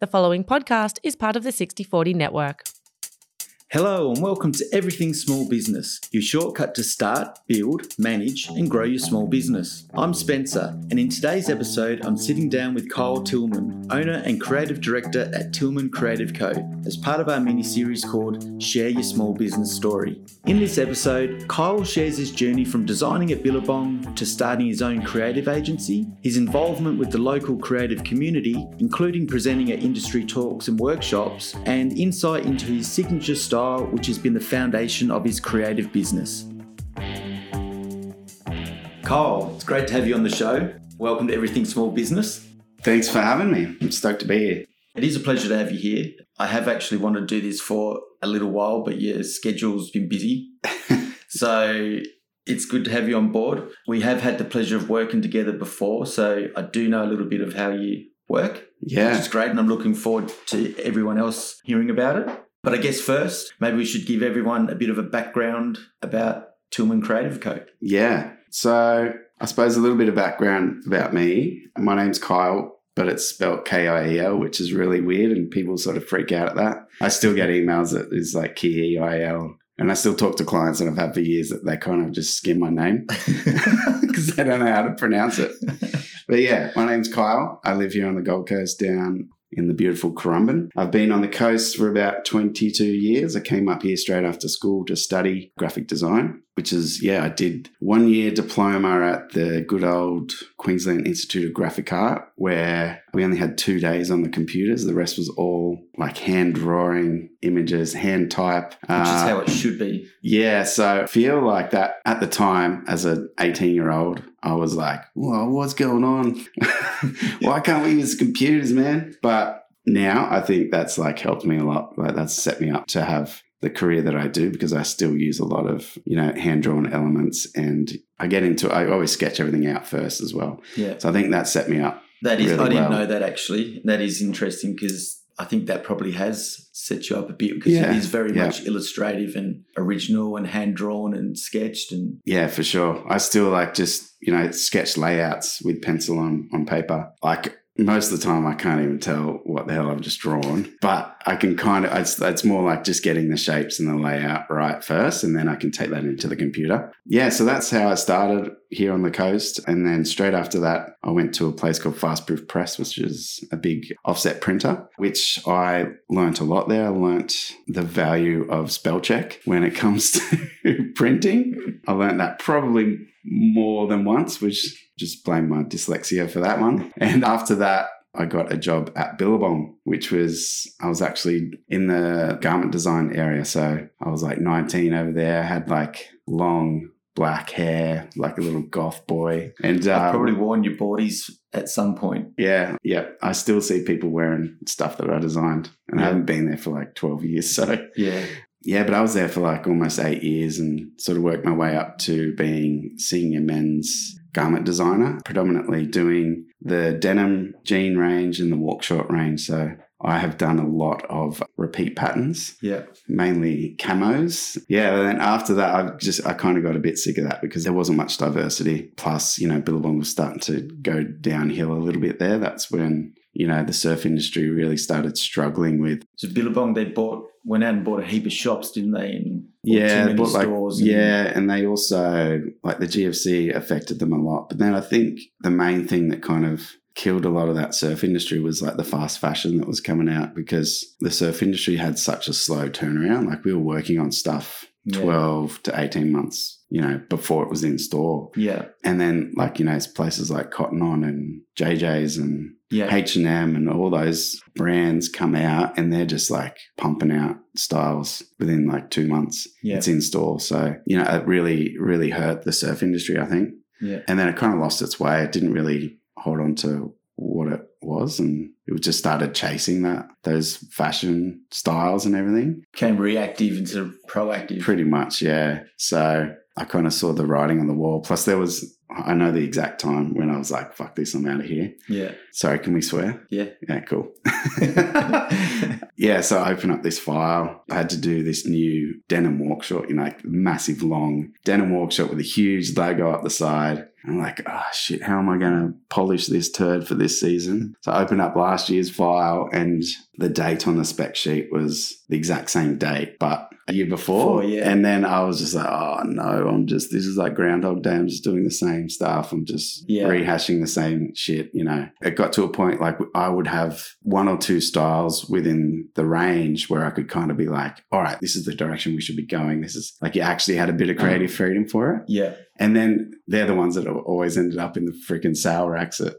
The following podcast is part of the 6040 network. Hello and welcome to Everything Small Business, your shortcut to start, build, manage, and grow your small business. I'm Spencer, and in today's episode, I'm sitting down with Kyle Tillman, owner and creative director at Tillman Creative Co., as part of our mini series called Share Your Small Business Story. In this episode, Kyle shares his journey from designing a Billabong to starting his own creative agency, his involvement with the local creative community, including presenting at industry talks and workshops, and insight into his signature style which has been the foundation of his creative business. Kyle, it's great to have you on the show. Welcome to Everything Small Business. Thanks for having me. I'm stoked to be here. It is a pleasure to have you here. I have actually wanted to do this for a little while, but your schedule's been busy. so it's good to have you on board. We have had the pleasure of working together before, so I do know a little bit of how you work. Yeah. Which is great, and I'm looking forward to everyone else hearing about it. But I guess first, maybe we should give everyone a bit of a background about Tillman Creative Co. Yeah. So I suppose a little bit of background about me. My name's Kyle, but it's spelled K I E L, which is really weird, and people sort of freak out at that. I still get emails that is like K E I L. And I still talk to clients that I've had for years that they kind of just skim my name because they don't know how to pronounce it. But yeah, my name's Kyle. I live here on the Gold Coast down in the beautiful Currumbin. I've been on the coast for about 22 years. I came up here straight after school to study graphic design, which is, yeah, I did one year diploma at the good old Queensland Institute of Graphic Art, where we only had two days on the computers. The rest was all like hand drawing images, hand type. Which uh, is how it should be. Yeah. So I feel like that at the time as an 18 year old, I was like, Whoa, what's going on? Why can't we use computers, man? But now I think that's like helped me a lot. Like that's set me up to have the career that I do because I still use a lot of, you know, hand drawn elements and I get into I always sketch everything out first as well. Yeah. So I think that set me up. That is really I didn't well. know that actually. That is interesting because I think that probably has set you up a bit because Yeah. it is very Yeah. much illustrative and original and hand drawn and sketched and Yeah, for sure. I still like just, you know, sketch layouts with pencil on, on paper. Like most of the time, I can't even tell what the hell I've just drawn, but I can kind of, it's, it's more like just getting the shapes and the layout right first, and then I can take that into the computer. Yeah, so that's how I started here on the coast. And then straight after that, I went to a place called Fast Proof Press, which is a big offset printer, which I learnt a lot there. I learnt the value of spell check when it comes to printing. I learned that probably more than once, which just blame my dyslexia for that one. And after that, I got a job at Billabong, which was, I was actually in the garment design area. So I was like 19 over there, had like long black hair, like a little goth boy. And I've uh, probably worn your boardies at some point. yeah, yeah, I still see people wearing stuff that I designed. And I Yeah. haven't been there for like 12 years. So Yeah. yeah, but I was there for like almost eight years and sort of worked my way up to being senior men's garment designer, predominantly doing the denim jean range and the walk short range. So I have done a lot of repeat patterns, Yeah. mainly camos. Yeah, and then after that, I just I kind of got a bit sick of that because there wasn't much diversity. Plus, you know, Billabong was starting to go downhill a little bit there. That's when you know the surf industry really started struggling with So Billabong they bought went out and bought a heap of shops, didn't they? And bought yeah, too many but like, stores. and- yeah, and they also like the GFC affected them a lot. But then I think the main thing that kind of killed a lot of that surf industry was like the fast fashion that was coming out because the surf industry had such a slow turnaround. Like we were working on stuff Yeah. twelve to eighteen months, you know, before it was in store. Yeah. And then like you know, it's places like Cotton On and JJ's and Yeah. H&M and all those brands come out and they're just like pumping out styles within like 2 months. Yeah. It's in store. So, you know, it really really hurt the surf industry, I think. Yeah. And then it kind of lost its way. It didn't really hold on to what it was and it just started chasing that those fashion styles and everything. Became reactive instead of proactive. Pretty much, yeah. So I kind of saw the writing on the wall. Plus there was I know the exact time when I was like, fuck this, I'm out of here. yeah. Sorry, can we swear? Yeah. Yeah, cool. yeah, so I open up this file. I had to do this new denim walk short, you know, like massive long denim walk short with a huge logo up the side. I'm like, oh shit, how am I going to polish this turd for this season? So I opened up last year's file and the date on the spec sheet was the exact same date, but a year before. Before, yeah. And then I was just like, oh no, I'm just, this is like Groundhog Day. I'm just doing the same stuff. I'm just Yeah. rehashing the same shit, you know. It got to a point like I would have one or two styles within the range where I could kind of be like, all right, this is the direction we should be going. This is like you actually had a bit of creative freedom for it. Yeah. And then they're the ones that have always ended up in the freaking sale racks at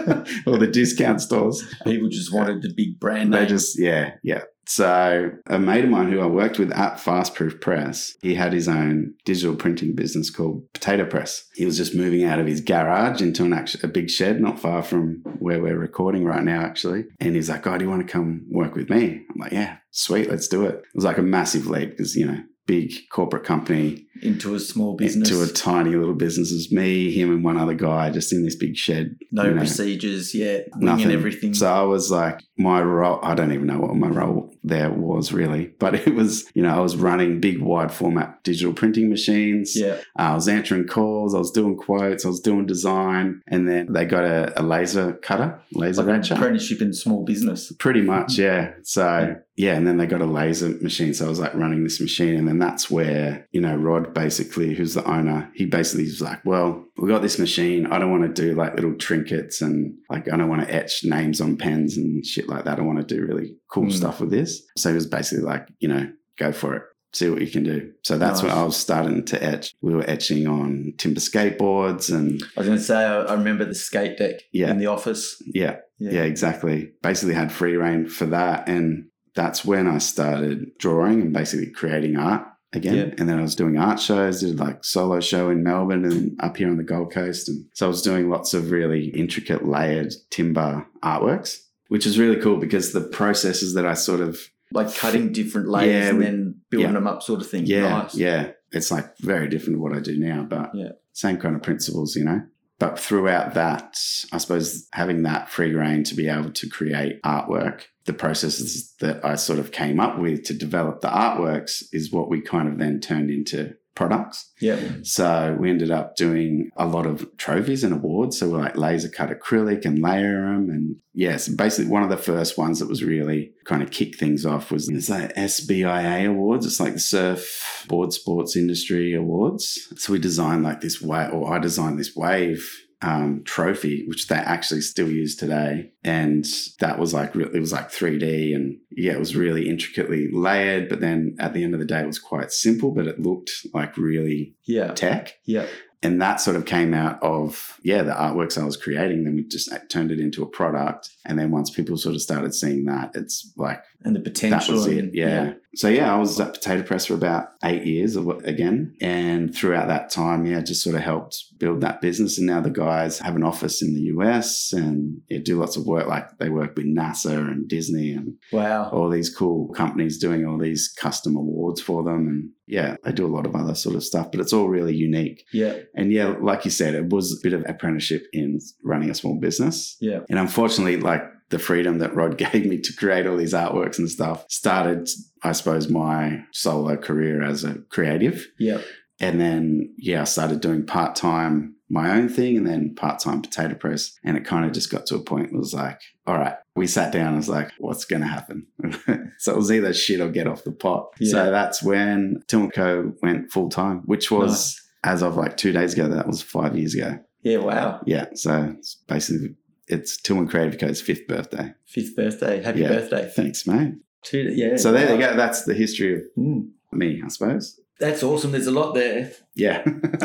or the discount stores. People just wanted the big brand They name. just, yeah, yeah. So a mate of mine who I worked with at Fast Proof Press, he had his own digital printing business called Potato Press. He was just moving out of his garage into an act- a big shed not far from where we're recording right now, actually. And he's like, "Oh, do you want to come work with me?" I'm like, "Yeah, sweet, let's do it." It was like a massive leap because you know, big corporate company, into a small business. to a tiny little business as me, him, and one other guy just in this big shed. no you know, procedures, yeah, nothing. winging everything. So I was like, my role, I don't even know what my role there was really, but it was, you know, I was running big wide format digital printing machines. Uh, yeah, I was answering calls, I was doing quotes, I was doing design. And then they got a, a laser cutter, laser like an ratchet. apprenticeship in small business. Pretty Mm-hmm. much, yeah. So, yeah, and then they got a laser machine. So I was like running this machine. And then that's where, you know, Rod basically, who's the owner, he basically was like, well, we got this machine. I don't want to do like little trinkets and like, I don't want to etch names on pens and shit like that. I want to do really cool Mm. stuff with this. So he was basically like, you know, go for it. See what you can do. So that's Nice. when I was starting to etch. We were etching on timber skateboards and I was going to say, I, I remember the skate deck Yeah. in the office. yeah, yeah, exactly. Basically, had free reign for that, and that's when I started drawing and basically creating art again. Yeah. And then I was doing art shows, did like solo show in Melbourne and up here on the Gold Coast, and so I was doing lots of really intricate layered timber artworks, which is really cool because the processes that I sort of like cutting different layers Yeah, and we- then building yeah. them up, sort of thing. yeah, nice. yeah. It's like very different to what I do now, but Yeah. same kind of principles, you know. But throughout that, I suppose having that free reign to be able to create artwork, the processes that I sort of came up with to develop the artworks is what we kind of then turned into products. yeah, So we ended up doing a lot of trophies and awards. So we're like laser cut acrylic and layer them. And yes, basically one of the first ones that was really kind of kick things off was it's like SBIA awards. It's like the surf board sports industry awards. So we designed like this wave or I designed this wave. Um, trophy, which they actually still use today, and that was like re- it was like 3D, and yeah, it was really intricately layered. But then at the end of the day, it was quite simple, but it looked like really yeah, tech. yeah. And that sort of came out of, yeah, the artworks I was creating. Then we just turned it into a product. And then once people sort of started seeing that, it's like, And the potential. that was it. and- Yeah. So, yeah, I was at Potato Press for about eight years of- again. And throughout that time, yeah, just sort of helped build that business. And now the guys have an office in the US and yeah, do lots of work. Like they work with NASA and Disney and Wow. all these cool companies doing all these custom awards for them. And yeah, they do a lot of other sort of stuff, but it's all really unique. Yeah, And yeah, like you said, it was a bit of apprenticeship in running a small business. yeah, And unfortunately, like the freedom that Rod gave me to create all these artworks and stuff started, I suppose, my solo career as a creative. yeah. And then, yeah, I started doing part time my own thing and then part time potato press. And it kind of just got to a point where it was like, all right, we sat down. I was like, what's going to happen? so it was either shit or get off the pot. Yeah. So that's when Tim Co went full time, which was Nice. as of like two days ago. That was five years ago. Yeah, wow. Yeah. So it's basically, it's Till and Creative Co's fifth birthday. Fifth birthday. Happy Yeah. birthday. Thanks, mate. Two, yeah. So there you wow. go. That's the history of Mm. me, I suppose. That's awesome. There's a lot there. Yeah.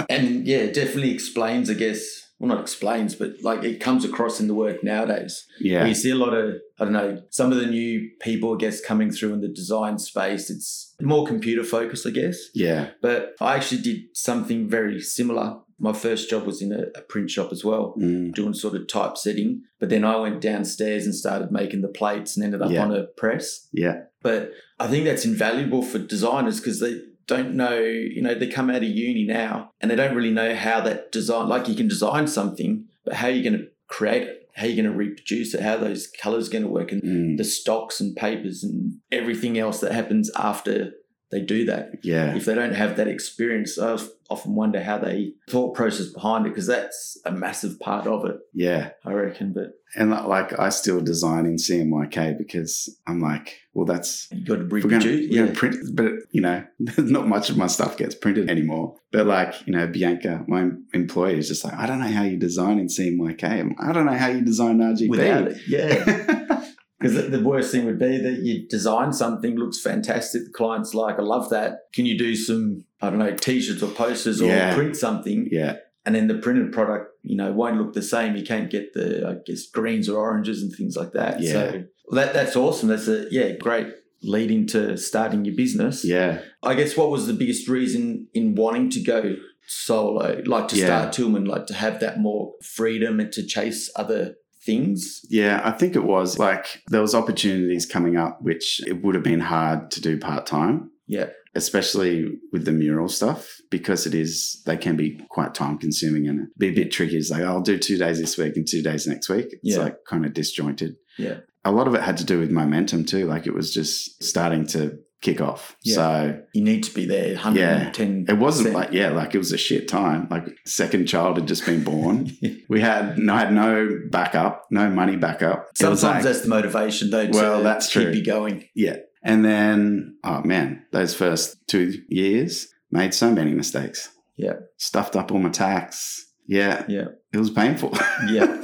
And yeah, it definitely explains, I guess. Well, not explains, but like it comes across in the work nowadays. yeah. You see a lot of, I don't know, some of the new people, I guess, coming through in the design space. It's more computer focused, I guess. yeah. But I actually did something very similar. My first job was in a, a print shop as well, Mm. doing sort of typesetting. But then I went downstairs and started making the plates and ended up Yeah. on a press. Yeah. But I think that's invaluable for designers because they don't know, you know, they come out of uni now and they don't really know how that design, like you can design something, but how you're going to create it, how you're going to reproduce it, how those colors going to work, and Mm. the stocks and papers and everything else that happens after they do that. Yeah. If they don't have that experience, I of- often wonder how they thought process behind it because that's a massive part of it, Yeah. I reckon. But And like- like I still design in CMYK because I'm like, well, that's you got to we're gonna, reproduce. we're gonna print, but you know, not much of my stuff gets printed anymore. But like, you know, Bianca, my employee, is just like, I don't know how you design in CMYK. I'm, I don't know how you design RGB. without it. Yeah. Because the worst thing would be that you design something looks fantastic. The client's like, I love that. Can you do some, I don't know, t-shirts or posters or Yeah. print something? yeah, And then the printed product, you know, won't look the same. You can't get the, I guess, greens or oranges and things like that. Yeah. So that, that's awesome. That's a, yeah, great lead into starting your business. yeah. I guess what was the biggest reason in wanting to go solo, like to Yeah. start Tillman, like to have that more freedom and to chase other things? Yeah, I think it was like there was opportunities coming up which it would have been hard to do part-time. Yeah. especially with the mural stuff because it is they can be quite time consuming and be a bit tricky. It's like I'll do two days this week and two days next week. It's Yeah. like kind of disjointed. Yeah. a lot of it had to do with momentum too. Like it was just starting to kick off. Yeah. So you need to be there 110 it wasn't Same. like yeah, like it was a shit time. Like second child had just been born. we had no had no backup, no money backup. It was sometimes like- that's the motivation though to Well, that's keep true. you going and then oh man, those first two years made so many mistakes. Yeah. Stuffed up all my tax. Yeah. Yeah. It was painful. yeah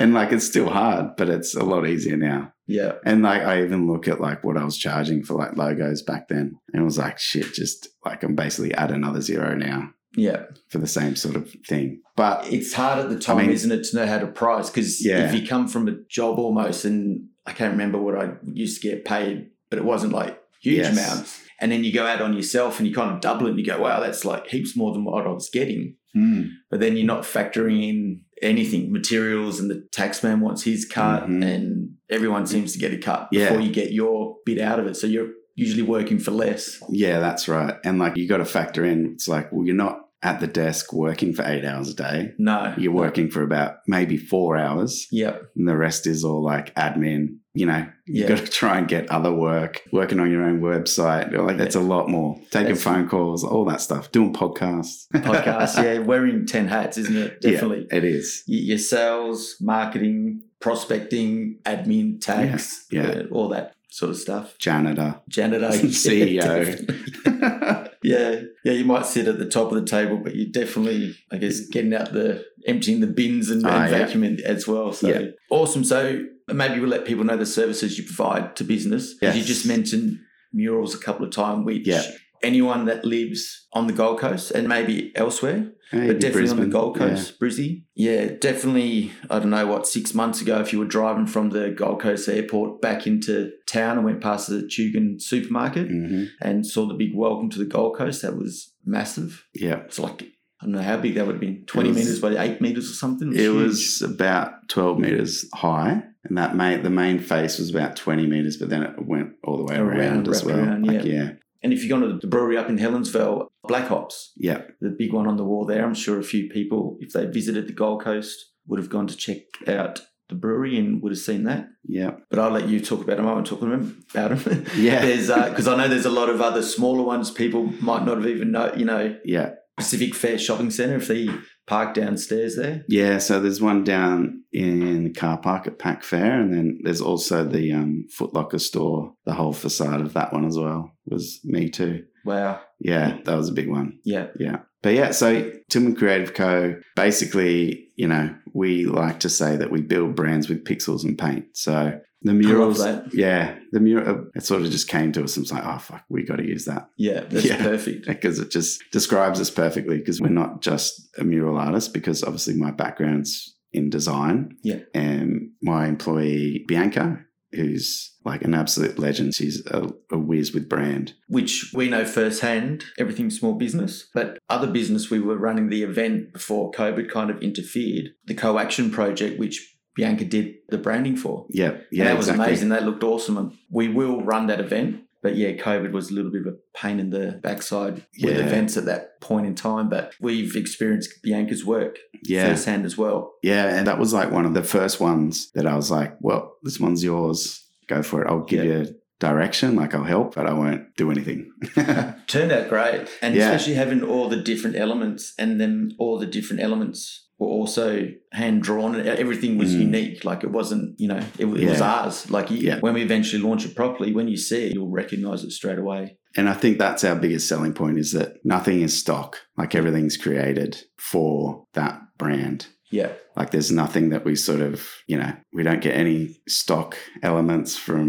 and like it's still hard, but it's a lot easier now. yeah And like I even look at like what I was charging for like logos back then and it was like shit, just like I'm basically at another zero now yeah for the same sort of thing. But it's hard at the time mean- isn't it to know how to price because Yeah. if you come from a job almost and i can't remember what i used to get paid but it wasn't like huge Yes. amounts and then you go out on yourself and you kind of double it and you go wow that's like heaps more than what i was getting mm, but then you're not factoring in anything materials and the tax man wants his cut Mhm. and everyone seems to get a cut Mm. Yeah. before you get your bit out of it so you're usually working for less yeah, that's right. And like you gotta factor in it's like, well, you're not at the desk working for eight hours a day. no You're working for about maybe four hours. yep and the rest is all like admin. You know, you Yeah. got to try and get other work, working on your own website. Like that's a lot more. Taking That's- phone calls, all that stuff, doing podcasts. podcast yeah wearing 10 hats isn't it Yeah, definitely it is. Y- your sales marketing prospecting admin tax Yeah, yeah. uh, all that sort of stuff Janitor. janitor yeah, CEO. definitely. yeah yeah you might sit at the top of the table but you're definitely i guess getting out the emptying the bins and, Ah, and yeah. vacuuming as well so Yeah. awesome so maybe we'll let people know the services you provide to business 'Cause you Yes. just mentioned murals a couple of times which Yeah. anyone that lives on the gold coast and maybe elsewhere Hey, but definitely on Brisbane. the Gold Coast, Brizzy. Yeah, definitely. I don't know what six months ago, if you were driving from the Gold Coast airport back into town and went past the Tugan Yeah. supermarket Mhm. and saw the big welcome to the Gold Coast, that was massive. yeah. It's like I don't know how big that would have been. Twenty It was- meters by eight meters or something. It huge. was about 12 meters high. And that main, the main face was about 20 meters, but then it went all the way Around, around, as wrapped well. around, like, yeah. And if you've gone to the brewery up in Helensville, Black Hops, Yeah. the big one on the wall there, I'm sure a few people, if they visited the Gold Coast, would have gone to check out the brewery and would have seen that. Yeah. but I'll let you talk about them. I won't talk about them. Yeah. there's because I know there's a lot of other smaller ones people might not have even know. You know, Yeah. Pacific Fair Shopping Centre if they park downstairs there. Yeah, so there's one down in the car park at Pack Fair, and then there's also the um, Foot Locker store. The whole facade of that one as well was me too. Wow. Yeah, that was a big one. Yeah. But yeah, so Tillman Creative Co. Basically, you know, we like to say that we build brands with pixels and paint. So the murals, that. yeah, the mural, it sort of just came to us and was like, oh fuck, we got to use that Yeah. That's Yeah. perfect. because it just describes us perfectly because we're not just a mural artist because obviously my background's in design Yeah. and my employee bianca who's like an absolute legend she's a, a whiz with brand Which we know firsthand. Everything's small business, but other business we were running the event before COVID kind of interfered. The co-action project, which Bianca did the branding for. yeah yeah Yeah, that was exactly. amazing. That looked awesome. And we will run that event. But yeah, COVID was a little bit of a pain in the backside with Yeah. events at that point in time. But we've experienced Bianca's work yeah firsthand as well. yeah and that was like one of the first ones that i was like well this one's yours go for it i'll give Yeah. you direction. Like I'll help, but I won't do anything. Turned out great. And Yeah. especially having all the different elements and then all the different elements were also hand drawn and everything was Mm. unique. Like it wasn't, you know, it, was- it was Yeah. ours. Like you, Yeah. when we eventually launch it properly, when you see it, you'll recognize it straight away. and I think that's our biggest selling point is that nothing is stock. Like everything's created for that brand. Yeah. Like there's nothing that we sort of, you know, we don't get any stock elements from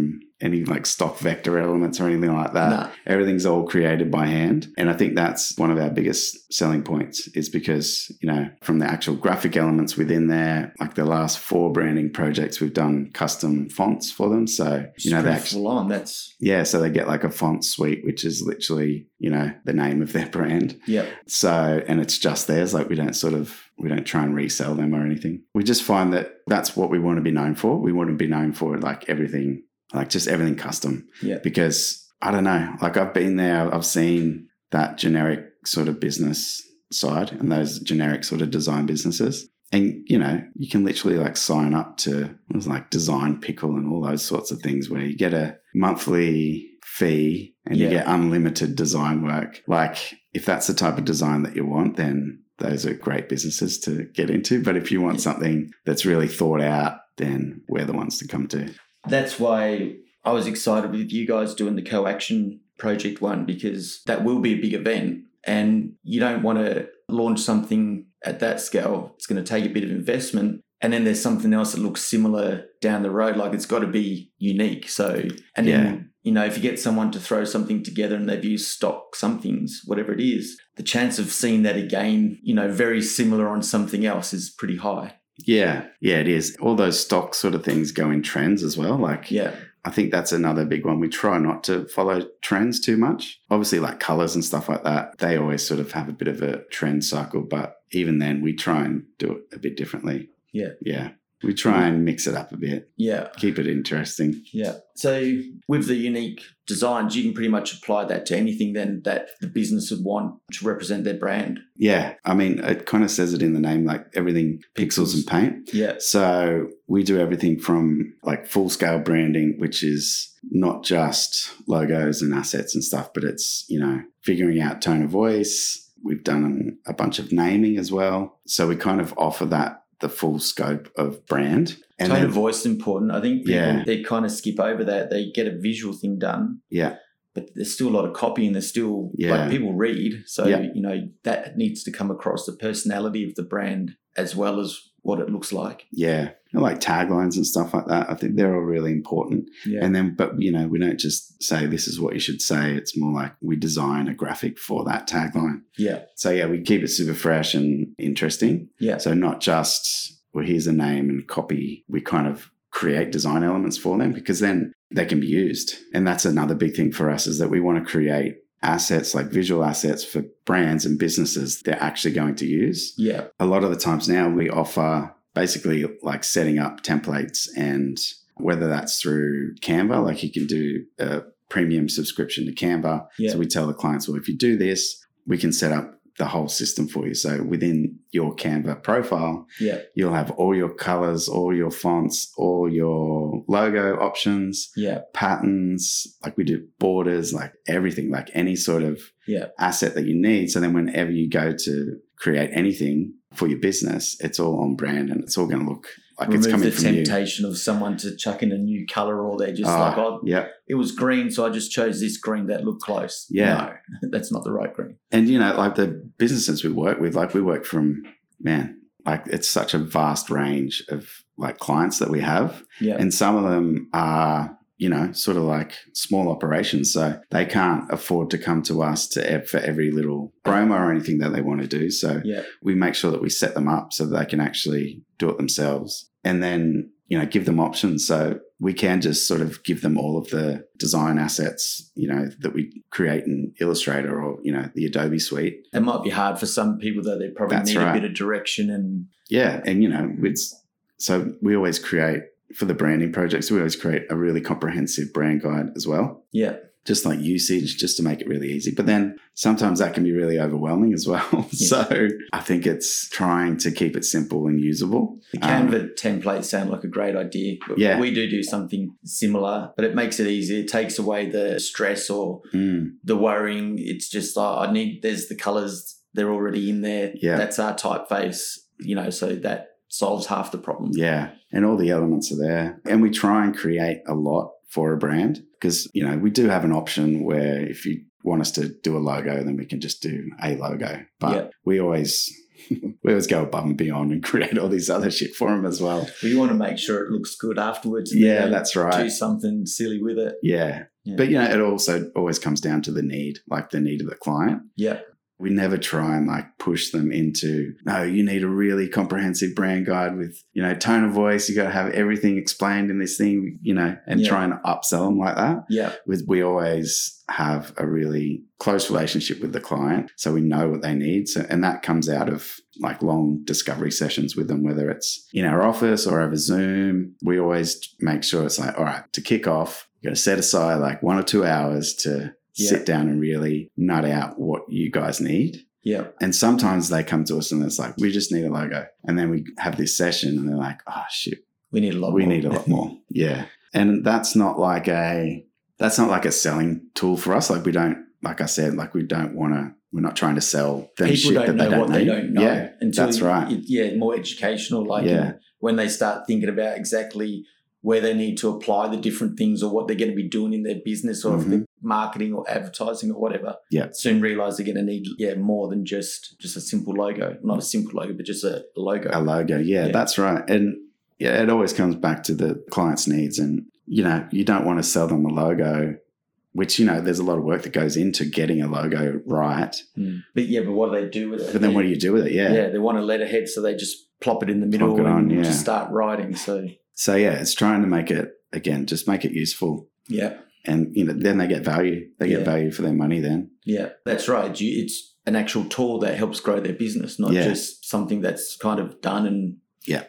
any like stock vector elements or anything like that. Nah. Everything's all created by hand. And I think that's one of our biggest selling points is because, you know, from the actual graphic elements within there, like the last four branding projects, we've done custom fonts for them. So, you know, they that's actually full on. That's, yeah, so they get like a font suite, which is literally, you know, the name of their brand. yeah. So, and it's just theirs. Like we don't sort of, we don't try and resell them or anything. We just find that that's what we want to be known for. We want to be known for like everything, like just everything custom. Yeah. Because I don't know, like I've been there, I've seen that generic sort of business side and those generic sort of design businesses. And you know, you can literally like sign up to it was like design pickle and all those sorts of things where you get a monthly fee and you Yeah. get unlimited design work. Like if that's the type of design that you want, then those are great businesses to get into. But if you want something that's really thought out, then we're the ones to come to. That's why I was excited with you guys doing the co-action project one because that will be a big event and you don't want to launch something at that scale. It's going to take a bit of investment and then there's something else that looks similar down the road like it's got to be unique. So and then you know if you get someone to throw something together and they've used stock somethings whatever it is, the chance of seeing that again, you know, very similar on something else is pretty high. Yeah, yeah, it is. All those stock sort of things go in trends as well. Like Yeah. I think that's another big one. We try not to follow trends too much. Obviously, like colors and stuff like that, they always sort of have a bit of a trend cycle, but even then, we try and do it a bit differently. Yeah. Yeah. We try and mix it up a bit, Yeah. keep it interesting. Yeah. So with the unique designs, you can pretty much apply that to anything then that the business would want to represent their brand. Yeah. I mean, it kind of says it in the name like everything pixels and paint. Yeah. So we do everything from like full scale branding, which is not just logos and assets and stuff, but it's, you know, figuring out tone of voice. We've done a bunch of naming as well. So we kind of offer that the full scope of brand. Tone of voice is important. I think people, Yeah. they kind of skip over that. They get a visual thing done, Yeah. but there's still a lot of copy and there's still Yeah. like people read. So, Yeah. you know, that needs to come across the personality of the brand as well as what it looks like. Yeah. And like taglines and stuff like that. I think they're all really important. Yeah. And then, but you know, we don't just say this is what you should say. It's more like we design a graphic for that tagline. yeah. So yeah, we keep it super fresh and interesting. Yeah. So not just, well, here's a name and copy. We kind of create design elements for them because then they can be used. And that's another big thing for us is that we want to create assets like visual assets for brands and businesses they're actually going to use. Yeah. A lot of the times now we offer basically like setting up templates and whether that's through Canva, like you can do a premium subscription to Canva. Yeah. So we tell the clients, well, if you do this, we can set up the whole system for you. So within your Canva profile, Yeah. you'll have all your colors, all your fonts, all your logo options, Yeah. patterns, like we do borders, like everything, like any sort of Yeah. asset that you need. So then whenever you go to create anything for your business, it's all on brand and it's all going to look like Remove it's coming the from you. temptation of someone to chuck in a new color or they're just Ah, like, oh, yeah. it was green, so I just chose this green that looked close. Yeah. No, that's not the right green. and you know like the businesses we work with like we work from man like it's such a vast range of like clients that we have Yeah. and some of them are you know sort of like small operations so they can't afford to come to us to ev- for every little promo or anything that they want to do so Yeah. we make sure that we set them up so that they can actually do it themselves and then you know give them options so we can just sort of give them all of the design assets you know that we create in illustrator or you know the adobe suite it might be hard for some people though. They probably That's need right. a bit of direction and yeah and you know it's so we always create for the branding projects we always create a really comprehensive brand guide as well yeah, just like usage, just to make it really easy. But then sometimes that can be really overwhelming as well. so I think it's trying to keep it simple and usable. The Um, Canva templates sound like a great idea. Yeah. We do do something similar, but it makes it easier. It takes away the stress or mm, the worrying. It's just like I need. There's the colors. They're already in there. Yeah. That's our typeface. You know, so that solves half the problem. yeah. And all the elements are there. And we try and create a lot for a brand because, you know, we do have an option where if you want us to do a logo, then we can just do a logo. But Yeah. we always. We always go above and beyond and create all these other shit for them as well. We want to make sure it looks good afterwards. and Yeah, then that's right. Do something silly with it. Yeah. Yeah. But you know, it also always comes down to the need, like the need of the client. Yeah. We never try and like push them into, no, you need a really comprehensive brand guide with, you know, tone of voice. You got to have everything explained in this thing, you know, and Yeah. try and upsell them like that. Yeah. With we always have a really close relationship with the client, so we know what they need. So, and that comes out of like long discovery sessions with them, whether it's in our office or over Zoom. We always make sure it's like, all right, to kick off, you got to set aside like one or two hours to Yeah. sit down and really nut out what you guys need. Yeah. And sometimes they come to us and it's like, we just need a logo. And then we have this session and they're like, oh shit, We need a lot. we more. need a lot more yeah and that's not like a that's not like a selling tool for us like we don't like i said like we don't want to we're not trying to sell them People shit don't that know they don't what need they don't know. yeah until that's you- right. it- yeah, more educational. Like Yeah. and when they start thinking about exactly where they need to apply the different things or what they're going to be doing in their business or if Mhm. they're marketing or advertising or whatever. Yeah. Soon realize they're going to need yeah more than just just a simple logo, not a simple logo, but just a logo. a logo yeah, Yeah. that's right and yeah it always comes back to the client's needs and you know you don't want to sell them a logo which you know there's a lot of work that goes into getting a logo right Mm. But yeah, but what do they do with it? but then what do you do with it Yeah. they want a letterhead, so they just plop it in the middle Plonk it on, and yeah. just start writing. So so yeah it's trying to make it again just make it useful yeah, and you know then they get value they get Yeah. value for their money then yeah, that's right. You, it's an actual tool that helps grow their business, not Yeah. just something that's kind of done and Yeah.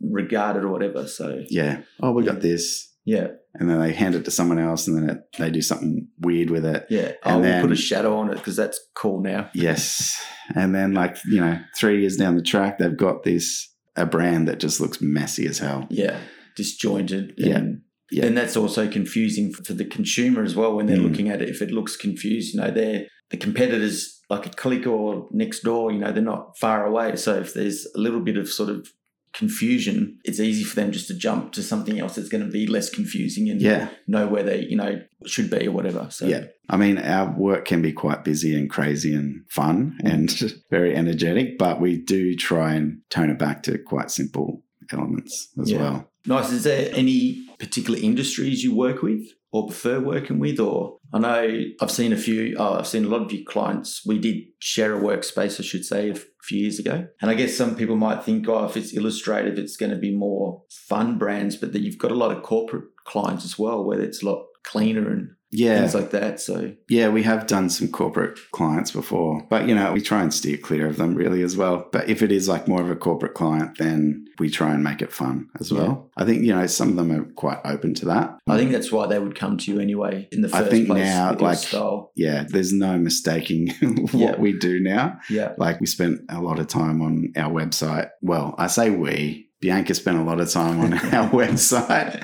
disregarded or whatever. So yeah oh we Yeah. got this yeah, and then they hand it to someone else and then it, they do something weird with it yeah. I will then- put a shadow on it because that's cool now. yes and then like you know three years down the track they've got this a brand that just looks messy as hell Yeah, disjointed. Yeah. And, Yeah. and that's also confusing for the consumer as well when they're Mm. looking at it. If it looks confused, you know, they're the competitors like a click or next door, you know, they're not far away. So if there's a little bit of sort of confusion, it's easy for them just to jump to something else that's going to be less confusing and yeah know where they, you know, should be or whatever. So Yeah. i mean our work can be quite busy and crazy and fun and Mm. very energetic but we do try and tone it back to quite simple elements as Yeah. well Nice. Is there any particular industries you work with or prefer working with? Or I know I've seen a few, oh, I've seen a lot of your clients. We did share a workspace, I should say, a f- few years ago. And I guess some people might think, oh, if it's illustrative, it's going to be more fun brands, but then you've got a lot of corporate clients as well, where it's a lot cleaner and yeah things like that. So, Yeah, we have done some corporate clients before, but you know, we try and steer clear of them really as well. But if it is like more of a corporate client, then we try and make it fun as well. I think, you know, some of them are quite open to that. I think that's why they would come to you anyway in the I first think place. now, with your like- style. yeah, there's no mistaking what Yeah. we do now. Yeah. Like we spent a lot of time on our website. Well, I say we. Bianca spent a lot of time on our website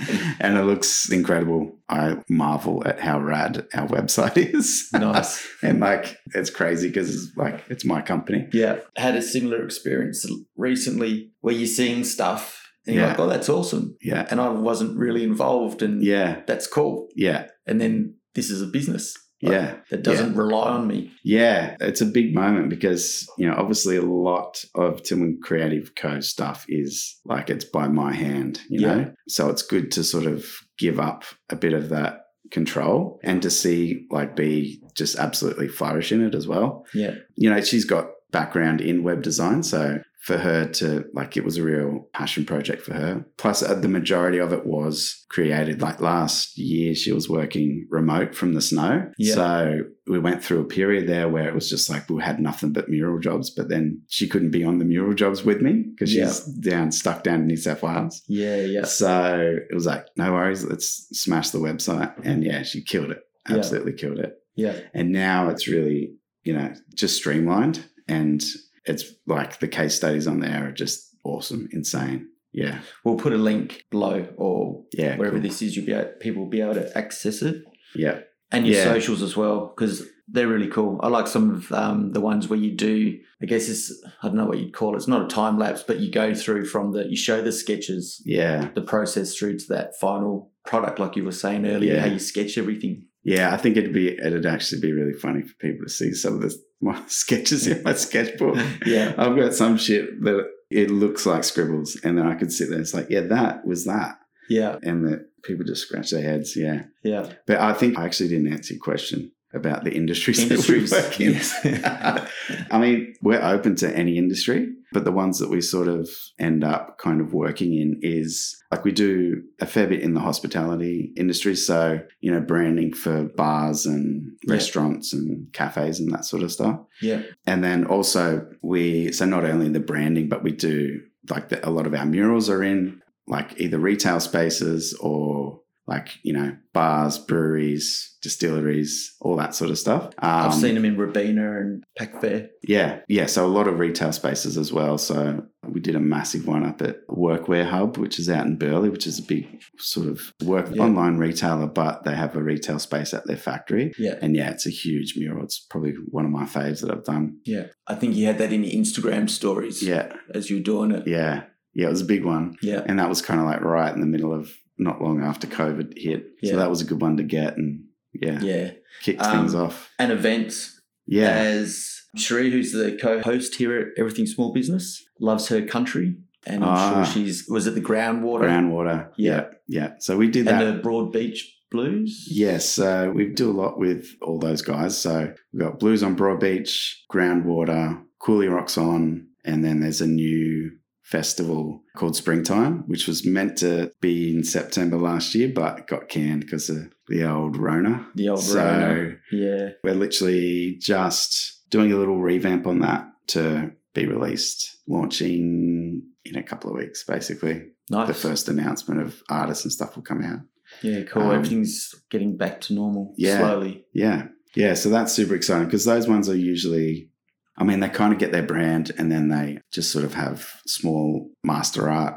and it looks incredible. I marvel at how rad our website is. Nice. And like, it's crazy because it's like, it's my company. Yeah. Had a similar experience recently where you're seeing stuff and you're Yeah. like, oh, that's awesome. Yeah. And I wasn't really involved and Yeah. that's cool. Yeah. And then this is a business like, Yeah. that doesn't rely on me. Yeah. It's a big moment because, you know, obviously a lot of Tillman Creative Co stuff is like it's by my hand, you Yeah. know? So it's good to sort of give up a bit of that control and to see like be just absolutely flourish in it as well. Yeah. you know, she's got background in web design. So for her to like, it was a real passion project for her. Plus, uh, the majority of it was created like last year, she was working remote from the snow. Yeah. So we went through a period there where it was just like we had nothing but mural jobs, but then she couldn't be on the mural jobs with me because she's down, stuck down in New South Wales. Yeah. Yeah. So it was like, no worries, let's smash the website. And yeah, she killed it. Yeah. Absolutely killed it. Yeah. And now it's really, you know, just streamlined and it's like the case studies on there are just awesome, insane. Yeah. We'll put a link below or Yeah. wherever cool. this is, you'll be able, people will be able to access it. Yeah. and your Yeah. socials as well because they're really cool. I like some of um, the ones where you do. I guess it's I don't know what you'd call it. It's not a time lapse, but you go through from the you show the sketches, Yeah. the process through to that final product, like you were saying earlier, Yeah. how you sketch everything. Yeah. I think it'd be, it'd actually be really funny for people to see some of the my sketches in my sketchbook. Yeah, I've got some shit that it looks like scribbles. And then I could sit there and it's like, yeah, that was that. yeah, And that people just scratch their heads. Yeah. yeah. But I think I actually didn't answer your question about the industries, Industries. that we work in. Yes. I mean, we're open to any industry, but the ones that we sort of end up kind of working in is like we do a fair bit in the hospitality industry. So, you know, branding for bars and Yeah. restaurants and cafes and that sort of stuff. Yeah. And then also we, so not only the branding, but we do like the, a lot of our murals are in like either retail spaces or like, you know, bars, breweries, distilleries, all that sort of stuff. I've Um, seen them in Rabina and Pack Fair. yeah, yeah. So a lot of retail spaces as well. So we did a massive one up at Workwear Hub, which is out in Burley, which is a big sort of work Yeah. online retailer, but they have a retail space at their factory. Yeah, And yeah, it's a huge mural. It's probably one of my faves that I've done. yeah. I think you had that in your Instagram stories. Yeah, as you were doing it. yeah, yeah. It was a big one, yeah, and that was kind of like right in the middle of not long after COVID hit. Yeah. So that was a good one to get, and yeah, yeah. kicked Um, things off. And events. Yeah, as Cherie, who's the co-host here at Everything Small Business, loves her country, and I'm Ah. sure she's was it the groundwater groundwater. Yeah. yeah. yeah. So we did and that. the Broad Beach Blues. Yes, uh, we do a lot with all those guys. So we've got Blues on Broad Beach, Groundwater, Cooley Rocks on, and then there's a new festival called Springtime, which was meant to be in September last year, but got canned because of the old Rona. the old so Rona. Yeah, we're literally just doing a little revamp on that to be released, launching in a couple of weeks, basically. nice. The first announcement of artists and stuff will come out. yeah, cool. um, Everything's getting back to normal Yeah. slowly. Yeah. Yeah. So that's super exciting because those ones are usually, I mean, they kind of get their brand and then they just sort of have small master art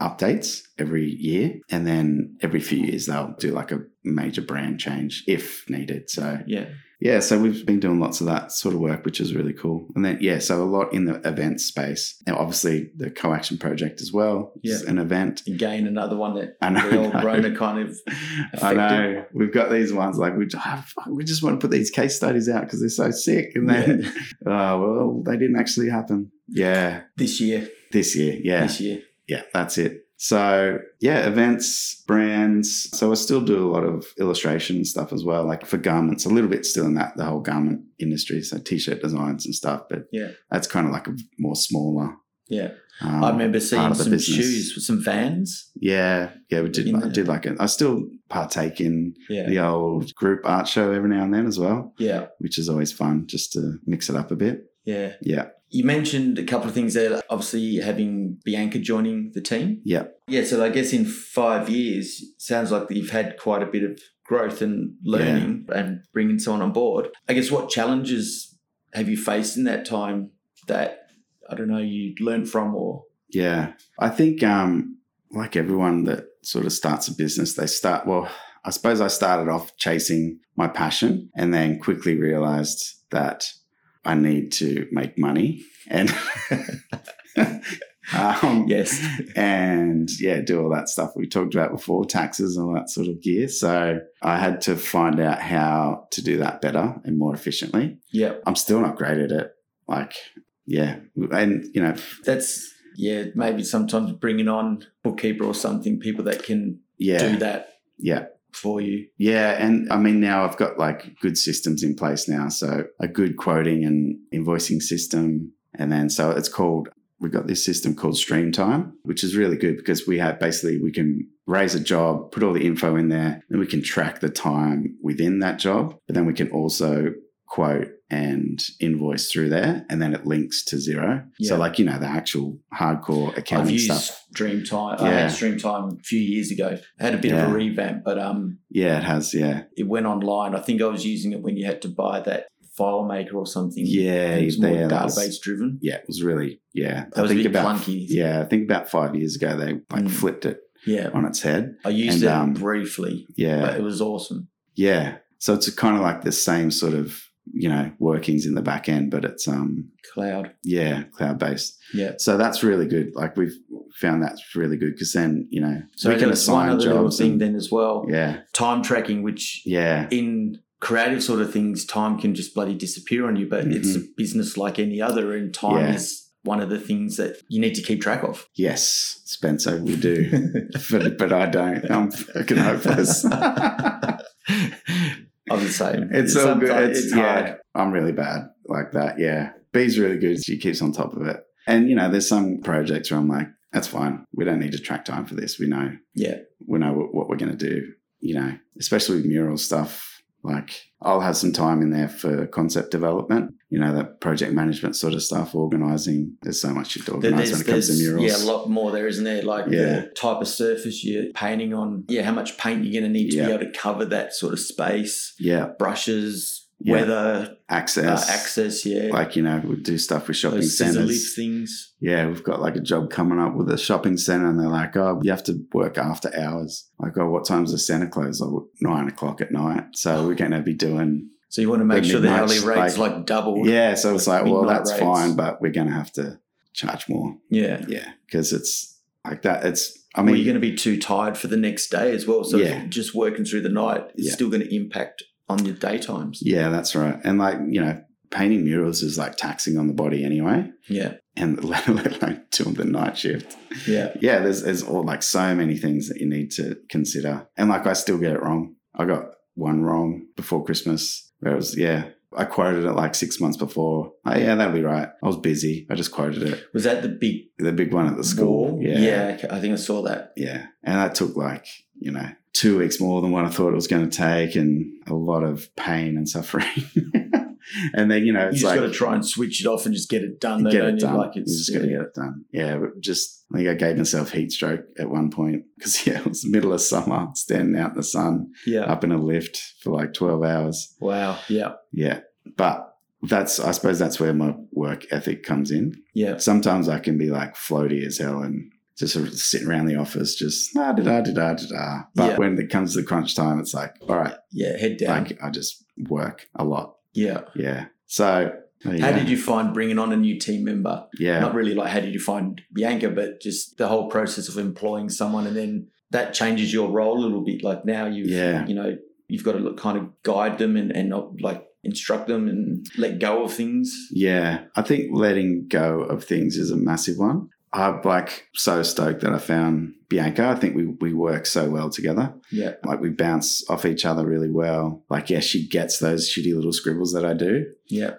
updates every year. And then every few years, they'll do like a major brand change if needed. So, Yeah, yeah. So we've been doing lots of that sort of work, which is really cool. And then, yeah. So a lot in the event space. And obviously, the co action project as well is Yeah. an event. again, another one that I know. the old I know. Rona kind of. I affected. know. We've got these ones like we just, ah, fuck, we just want to put these case studies out because they're so sick, and then oh well, they didn't actually happen. Yeah, This year, this year. Yeah, this year, yeah, that's it. So yeah, events, brands. So I still do a lot of illustration stuff as well, like for garments. A little bit still in that the whole garment industry, so t-shirt designs and stuff. But Yeah. that's kind of like a more smaller. yeah. um, I remember seeing of the some business. shoes, some Vans. Yeah, yeah, we did. In I the- did like it. I still partake in Yeah, the old group art show every now and then as well, yeah, which is always fun just to mix it up a bit. yeah. Yeah. You mentioned a couple of things there. Obviously, having Bianca joining the team. Yeah. Yeah, so I guess in five years, sounds like you've had quite a bit of growth and learning and bringing someone on board. I guess what challenges have you faced in that time that I don't know you learned from or Yeah. I think um like everyone that sort of starts a business, they start well, I suppose I started off chasing my passion and then quickly realized that I need to make money and um, yes, and yeah, do all that stuff we talked about before, taxes and all that sort of gear. So I had to find out how to do that better and more efficiently. yeah, I'm still not great at it. Like, yeah. And, you know, that's yeah. Maybe sometimes bringing on bookkeeper or something, people that can yeah. do that Yeah. for you. Yeah. And I mean, now I've got like good systems in place now. So a good quoting and invoicing system. And then so it's called, we've got this system called Stream Time, which is really good because we have basically, we can raise a job, put all the info in there, and we can track the time within that job. But then we can also quote and invoice through there, and then it links to zero. So Yeah. like you know the actual hardcore I've accounting used stuff. Streamtime. I Yeah. had Streamtime a few years ago. I had a bit of Yeah. a revamp, but um, Yeah, it has. Yeah, it went online. I think I was using it when you had to buy that file maker or something. yeah, it was more yeah, that was- database driven. yeah, it was really yeah. That was a think bit about clunky. yeah, I think about five years ago they like Mm. flipped it yeah. on its head. I used And, it um, briefly, Yeah, but it was awesome. yeah. So it's kind of like the same sort of you know workings in the back end, but it's um Cloud. yeah cloud based. Yeah. So that's really good. Like we've found that's really good because then you know So we there can was one assign other little jobs. thing and- then as well. yeah, Time tracking, which yeah, in creative sort of things, time can just bloody disappear on you, but it's a business like any other, and time Mm-hmm. Yeah. is one of the things that you need to keep track of. yes, Spencer, we do, but but I don't. I'm fucking hopeless. I'm the same. It's so good. Sometimes It's, hard. yeah. I'm really bad like that. Yeah. B's really good. She keeps on top of it. And you know, there's some projects where I'm like, that's fine. We don't need to track time for this. We know. Yeah. We know what, what we're going to do. You know, especially with mural stuff. Like I'll have some time in there for concept development. You know, that project management sort of stuff, organizing. There's so much shit to There- organize when it comes to murals. yeah, a lot more there, isn't there? Like Yeah. the type of surface you're painting on, yeah, how much paint you're going to need to Yeah. be able to cover that sort of space, yeah. brushes, Yeah. weather, Access. uh, access, yeah, Like, you know, we do stuff with shopping those scissor centers. lift things. yeah, we've got like a job coming up with a shopping center, and they're like, oh, you have to work after hours. Like, oh, what time's the center close? Oh, nine o'clock at night. So Oh. we're going to be doing. So you want to make The sure the midnight, hourly rate's like- like, double. Yeah. So it's like, well, Midnight that's raids. fine, but we're going to have to charge more. yeah. Yeah. Because it's like that. It's, I I mean, mean, you're going to be too tired for the next day as well. So Yeah. just working through the night is Yeah. still going to impact on your daytimes. yeah, that's right. And like, you know, painting murals is like taxing on the body anyway. Yeah. And let alone doing the night shift. Yeah. yeah, there's, there's all like so many things that you need to consider. And like, I still get it wrong. I got one wrong before Christmas where it was, yeah, I quoted it like six months before. Oh, yeah, that'll be right. I was busy. I just quoted it. Was that the big The big one at the school. wall? Yeah. Yeah. okay, I think I saw that. Yeah. And that took like, you know, two weeks more than what I thought it was going to take and a lot of pain and suffering. and then, you know, you it's just like, got to try and switch it off and just get it done. though, get don't it you? done. Like it's you just got to get it done. Yeah, but just I think I gave myself heat stroke at one point because yeah, it was the middle of summer, standing out in the sun, Yeah. up in a lift for like twelve hours. Wow. Yeah. Yeah, but that's I suppose that's where my work ethic comes in. Yeah. Sometimes I can be like floaty as hell and just sort of sit around the office, just da da da da da da. da. But Yeah. when it comes to the crunch time, it's like all right, Yeah. Head down. like I just work a lot. yeah. Yeah. So there How go. did you find bringing on a new team member? Yeah. Not really like how did you find Bianca, but just the whole process of employing someone and then that changes your role a little bit. Like now you've, Yeah. you know, you've got to look, kind of guide them and, and not like instruct them and let go of things. Yeah, I think letting go of things is a massive one. I'm like so stoked that I found Bianca. I think we, we work so well together. Yeah. Like we bounce off each other really well. Like, yeah, she gets those shitty little scribbles that I do. Yeah.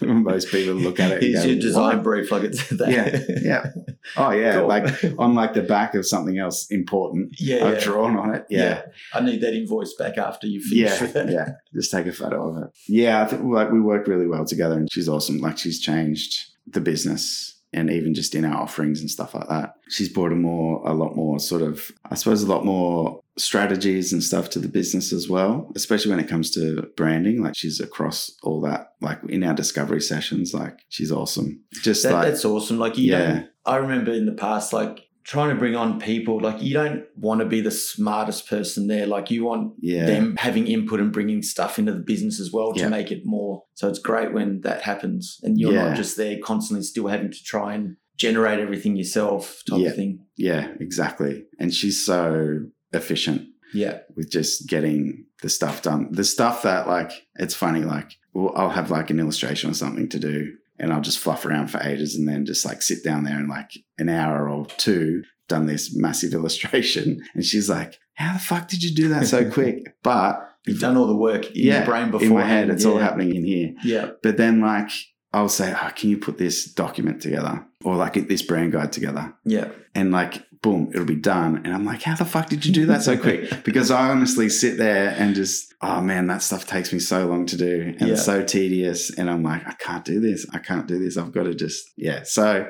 Most people look at it. and Here's go, your design "What?" brief. Like it's that. Yeah. Yeah. Oh, yeah. Cool. Like on like the back of something else important. yeah. I've yeah. drawn on it. Yeah. I need that invoice back after you finish Yeah, with that. yeah. Just take a photo of it. Yeah, I think like we work really well together, and she's awesome. Like she's changed the business, and even just in our offerings and stuff like that. She's brought a more, a lot more sort of, I suppose, a lot more strategies and stuff to the business as well. Especially when it comes to branding, like she's across all that. Like in our discovery sessions, like she's awesome. Just That, like that's awesome. Like, you yeah, know, I remember in the past, like trying to bring on people, like you don't want to be the smartest person there. Like you want yeah, them having input and bringing stuff into the business as well to Yeah. make it more. So it's great when that happens and you're Yeah. not just there constantly still having to try and generate everything yourself type Yeah. of thing. yeah, exactly. And she's so efficient. Yeah. with just getting the stuff done. The stuff that like it's funny, like well, I'll have like an illustration or something to do and I'll just fluff around for ages and then just like sit down there and like an hour or two done this massive illustration. And she's like, How the fuck did you do that so quick? But You've done all the work in Yeah, your brain before. in my head, it's all happening in here. Yeah. But then like I'll say, Oh, can you put this document together? Or like get this brand guide together? Yeah. And like boom, it'll be done. And I'm like, how the fuck did you do that so quick? Because I honestly sit there and just, oh man, that stuff takes me so long to do and Yeah. it's so tedious. And I'm like, I can't do this. I can't do this. I've got to just, yeah. So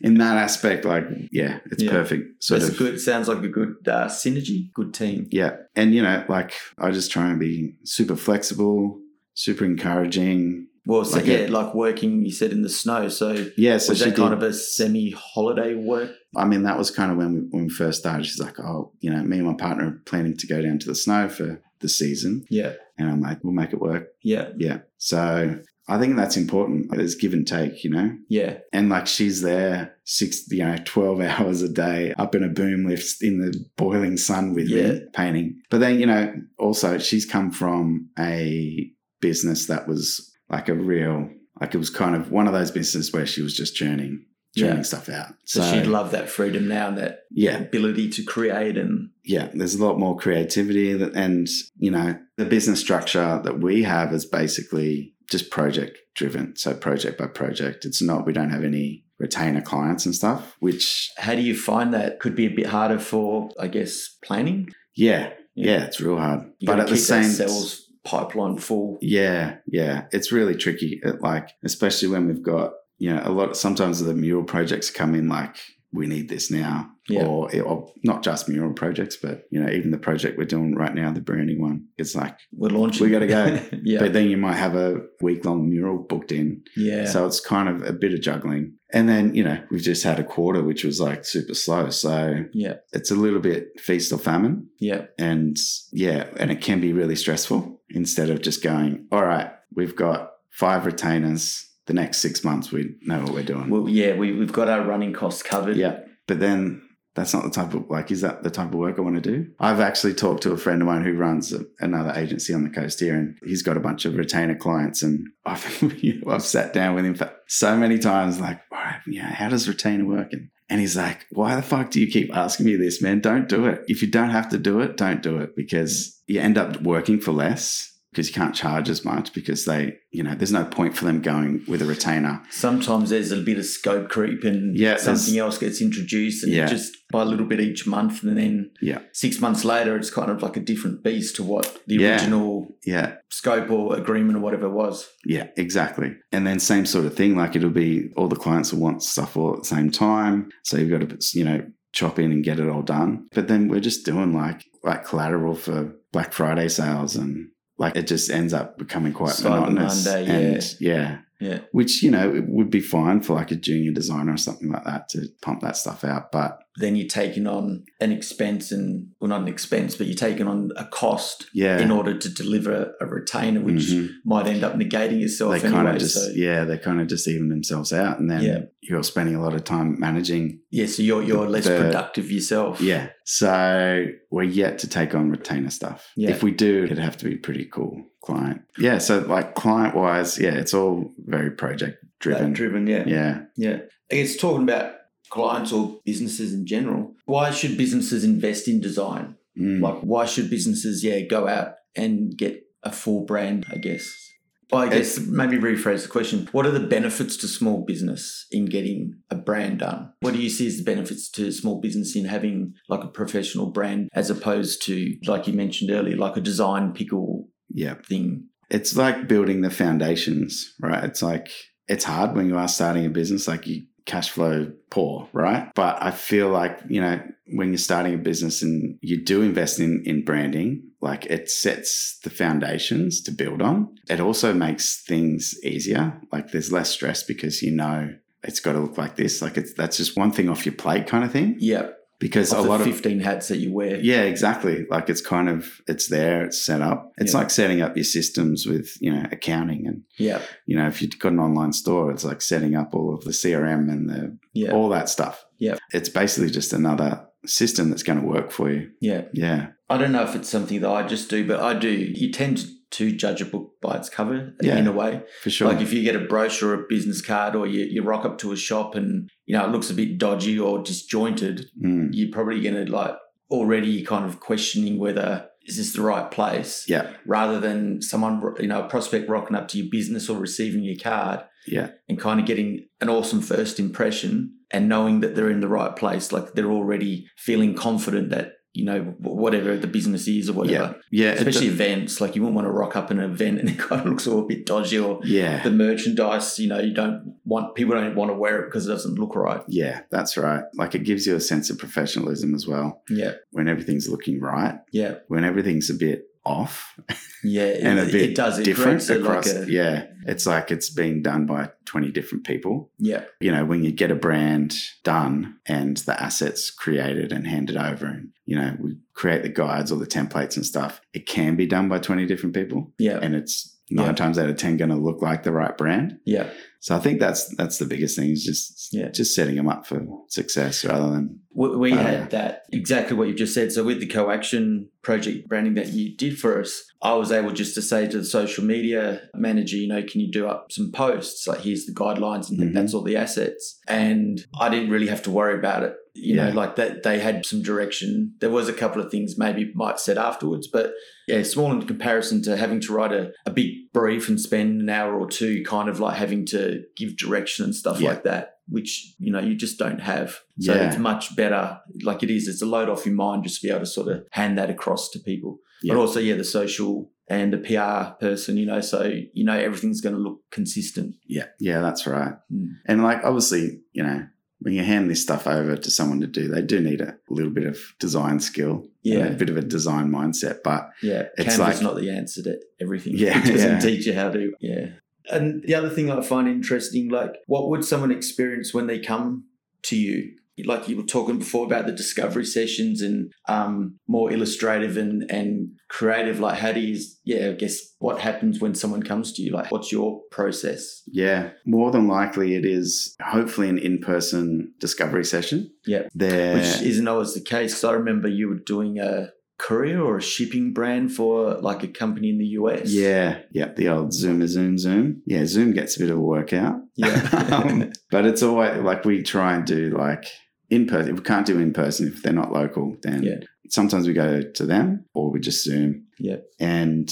in that aspect, like, yeah, it's Yeah. perfect. Sort That's a of. good. Sounds like a good uh, synergy. Good team. Yeah. And, you know, like I just try and be super flexible, super encouraging. Well, so, Like yeah, it- like working. You said in the snow. So Yeah. So was she that did- kind of a semi-holiday work? I mean, that was kind of when we, when we first started. She's like, oh, you know, me and my partner are planning to go down to the snow for the season. Yeah. And I'm like, we'll make it work. Yeah. Yeah. So I think that's important. There's give and take, you know? Yeah. And like she's there six, you know, 12 hours a day up in a boom lift in the boiling sun with Yeah. me painting. But then, you know, also she's come from a business that was like a real, like it was kind of one of those businesses where she was just churning, churning Yeah. stuff out. So, she'd love that freedom now and that yeah, ability to create and yeah, there's a lot more creativity that, and you know the business structure that we have is basically just project driven. So project by project, it's not we don't have any retainer clients and stuff. Which how do you find that could be a bit harder for I guess planning. yeah, Yeah. yeah, it's real hard. You but gotta at the keep that same sales pipeline full. yeah, yeah, it's really tricky. It, like especially when we've got you know a lot. Sometimes the mural projects come in like we need this now, Yeah. or, or not just mural projects, but you know even the project we're doing right now, the branding one, it's like. We're launching. We gotta go. yeah. But then you might have a week long mural booked in. yeah. So it's kind of a bit of juggling. And then, you know, we've just had a quarter which was like super slow. So Yeah. it's a little bit feast or famine. yeah. And yeah, and it can be really stressful instead of just going, all right, we've got five retainers. The next six months, we know what we're doing. Well, yeah. We we've got our running costs covered. yeah. But then that's not the type of like, is that the type of work I want to do? I've actually talked to a friend of mine who runs a, another agency on the coast here, and he's got a bunch of retainer clients. And I've, you know, I've sat down with him for so many times, like, all right, you know, how does retainer work? And, and he's like, why the fuck do you keep asking me this, man? Don't do it. If you don't have to do it, don't do it because you end up working for less because you can't charge as much because they, you know, there's no point for them going with a retainer. sometimes there's a bit of scope creep and Yeah, there's- something else gets introduced and Yeah. just by a little bit each month and then Yeah. six months later it's kind of like a different beast to what the Yeah. original Yeah. scope or agreement or whatever it was Yeah, exactly. And then same sort of thing. Like it'll be all the clients will want stuff all at the same time. So you've got to you know chop in and get it all done. But then we're just doing like like collateral for Black Friday sales and like it just ends up becoming quite Cyber monotonous. Monday, and yeah. yeah Which, you know, it would be fine for like a junior designer or something like that to pump that stuff out. But then you're taking on an expense and well not an expense but you're taking on a cost yeah. in order to deliver a retainer which Mhm. might end up negating yourself they anyway kind of just so yeah, they kind of just even themselves out. And then Yeah. you're spending a lot of time managing yeah so you're, you're less The- productive yourself Yeah. So we're yet to take on retainer stuff. Yeah. If we do, it'd have to be pretty cool client. Yeah. So like client wise, yeah, it's all very project driven. That driven yeah yeah. Yeah. I guess talking about clients or businesses in general, why should businesses invest in design? Mm. Like, why should businesses, yeah, go out and get a full brand, I guess? Well, I guess maybe rephrase the question. What are the benefits to small business in getting a brand done? What do you see as the benefits to small business in having like a professional brand as opposed to, like you mentioned earlier, like a design pickle yeah. thing? It's like building the foundations, right? It's like it's hard when you are starting a business, like you cash flow poor, right? But I feel like, you know, when you're starting a business and you do invest in in branding, like it sets the foundations to build on. It also makes things easier. Like there's less stress because you know it's got to look like this. Like it's that's just one thing off your plate kind of thing. Yeah. Because Of a the lot of 15 hats that you wear. yeah, exactly. Like it's kind of it's there, it's set up. It's Yeah. like setting up your systems with, you know, accounting and Yeah. you know, if you've got an online store, it's like setting up all of the CRM and the Yeah. all that stuff. Yeah. It's basically just another system that's going to work for you. yeah. Yeah. I don't know if it's something that I just do, but I do. You tend to judge a book by its cover Yeah, in a way. For sure. Like if you get a brochure or a business card or you, you rock up to a shop and, you know, it looks a bit dodgy or disjointed, Mm. you're probably going to like already kind of questioning whether is this the right place? Yeah. Rather than someone, you know, a prospect rocking up to your business or receiving your card Yeah. and kind of getting an awesome first impression and knowing that they're in the right place, like they're already feeling confident that, you know, wh- whatever the business is or Yeah. whatever. Yeah. it Especially do- events, like you wouldn't want to rock up in an event and it kind of looks all a bit dodgy or yeah. the merchandise, you know, you don't want people don't want to wear it because it doesn't look right. yeah. That's right. Like it gives you a sense of professionalism as well Yeah, when everything's looking right, yeah, when everything's a bit off yeah. and it, a bit it does it different creates a, across. Like a, yeah. It's like it's been done by 20 different people. yeah, You know, when you get a brand done and the assets created and handed over, and, you know, we create the guides or the templates and stuff, it can be done by 20 different people. yeah, And it's nine Yeah. times out of 10 going to look like the right brand. yeah. So I think that's that's the biggest thing is just Yeah. just setting them up for success rather than We, we Oh, yeah. had that exactly what you just said. So with the co-action project branding that you did for us, I was able just to say to the social media manager, you know, can you do up some posts? Like here's the guidelines and Mhm. that's all the assets. And I didn't really have to worry about it. You Yeah. know, like that they had some direction. There was a couple of things maybe it might said afterwards, but yeah, small in comparison to having to write a, a big brief and spend an hour or two kind of like having to give direction and stuff Yeah. like that, which, you know, you just don't have. So Yeah. it's much better. Like it is, it's a load off your mind just to be able to sort of hand that across to people. Yeah. But also, yeah, the social and the PR person, you know, so, you know, everything's going to look consistent. yeah yeah that's right. Mm. And like obviously you know when you hand this stuff over to someone to do, they do need a little bit of design skill, and Yeah. a bit of a design mindset. But Yeah, It's Canva's like- not the answer to everything. Yeah, it doesn't yeah. teach you how to. Yeah. And the other thing I find interesting, like, what would someone experience when they come to you? Like you were talking before about the discovery sessions and um, more illustrative and and creative. Like, how do you? Yeah, I guess what happens when someone comes to you? Like, what's your process? yeah, more than likely it is hopefully an in-person discovery session. Yeah. there Which isn't always the case. 'cause I remember you were doing a courier or a shipping brand for like a company in the US. yeah yeah the old Zoomer Zoom Zoom yeah Zoom gets a bit of a workout. yeah, um, but it's always like we try and do like in person. If we can't do in person, if they're not local, then Yeah. sometimes we go to them or we just Zoom. Yeah. And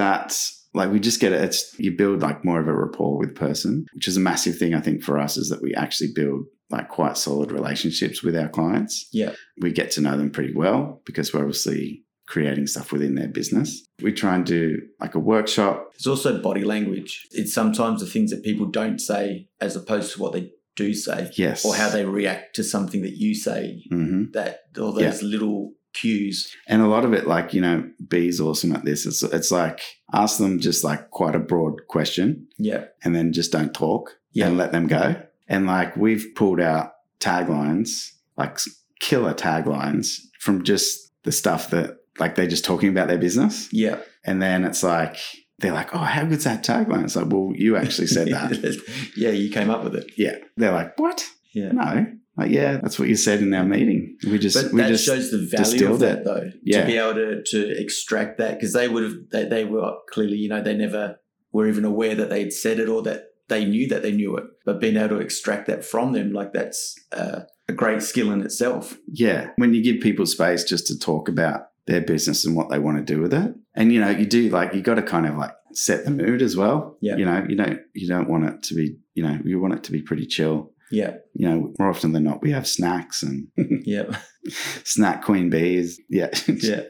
that like we just get it. It's you build like more of a rapport with person, which is a massive thing I think for us is that we actually build like quite solid relationships with our clients. Yeah. We get to know them pretty well because we're obviously creating stuff within their business. We try and do like a workshop. It's also body language. It's sometimes the things that people don't say as opposed to what they do say Yes. or how they react to something that you say hmm that all those little cues. And a lot of it, like, you know, B's awesome at this. It's, it's like ask them just like quite a broad question Yeah. and then just don't talk Yeah. and let them go. And like we've pulled out taglines, like s- killer taglines from just the stuff that like they're just talking about their business. Yeah. And then it's like, they're like, oh, how good's that tagline? It's like, well, you actually said that. yeah, you came up with it. yeah. They're like, what? Yeah. No. Like, yeah, that's what you said in our meeting. We just, But we that just, shows the value distilled of that it. though. Yeah. To be able to, to extract that because they would have they, they were clearly, you know, they never were even aware that they'd said it or that they knew that they knew it. But being able to extract that from them, like that's uh, a great skill in itself. Yeah. When you give people space just to talk about their business and what they want to do with it. And you know, you do like you gotta kind of like set the mood as well. Yeah. You know, you don't you don't want it to be, you know, you want it to be pretty chill. Yeah. You know, more often than not, we have snacks and Yeah. snack queen bees. Yeah. Yeah.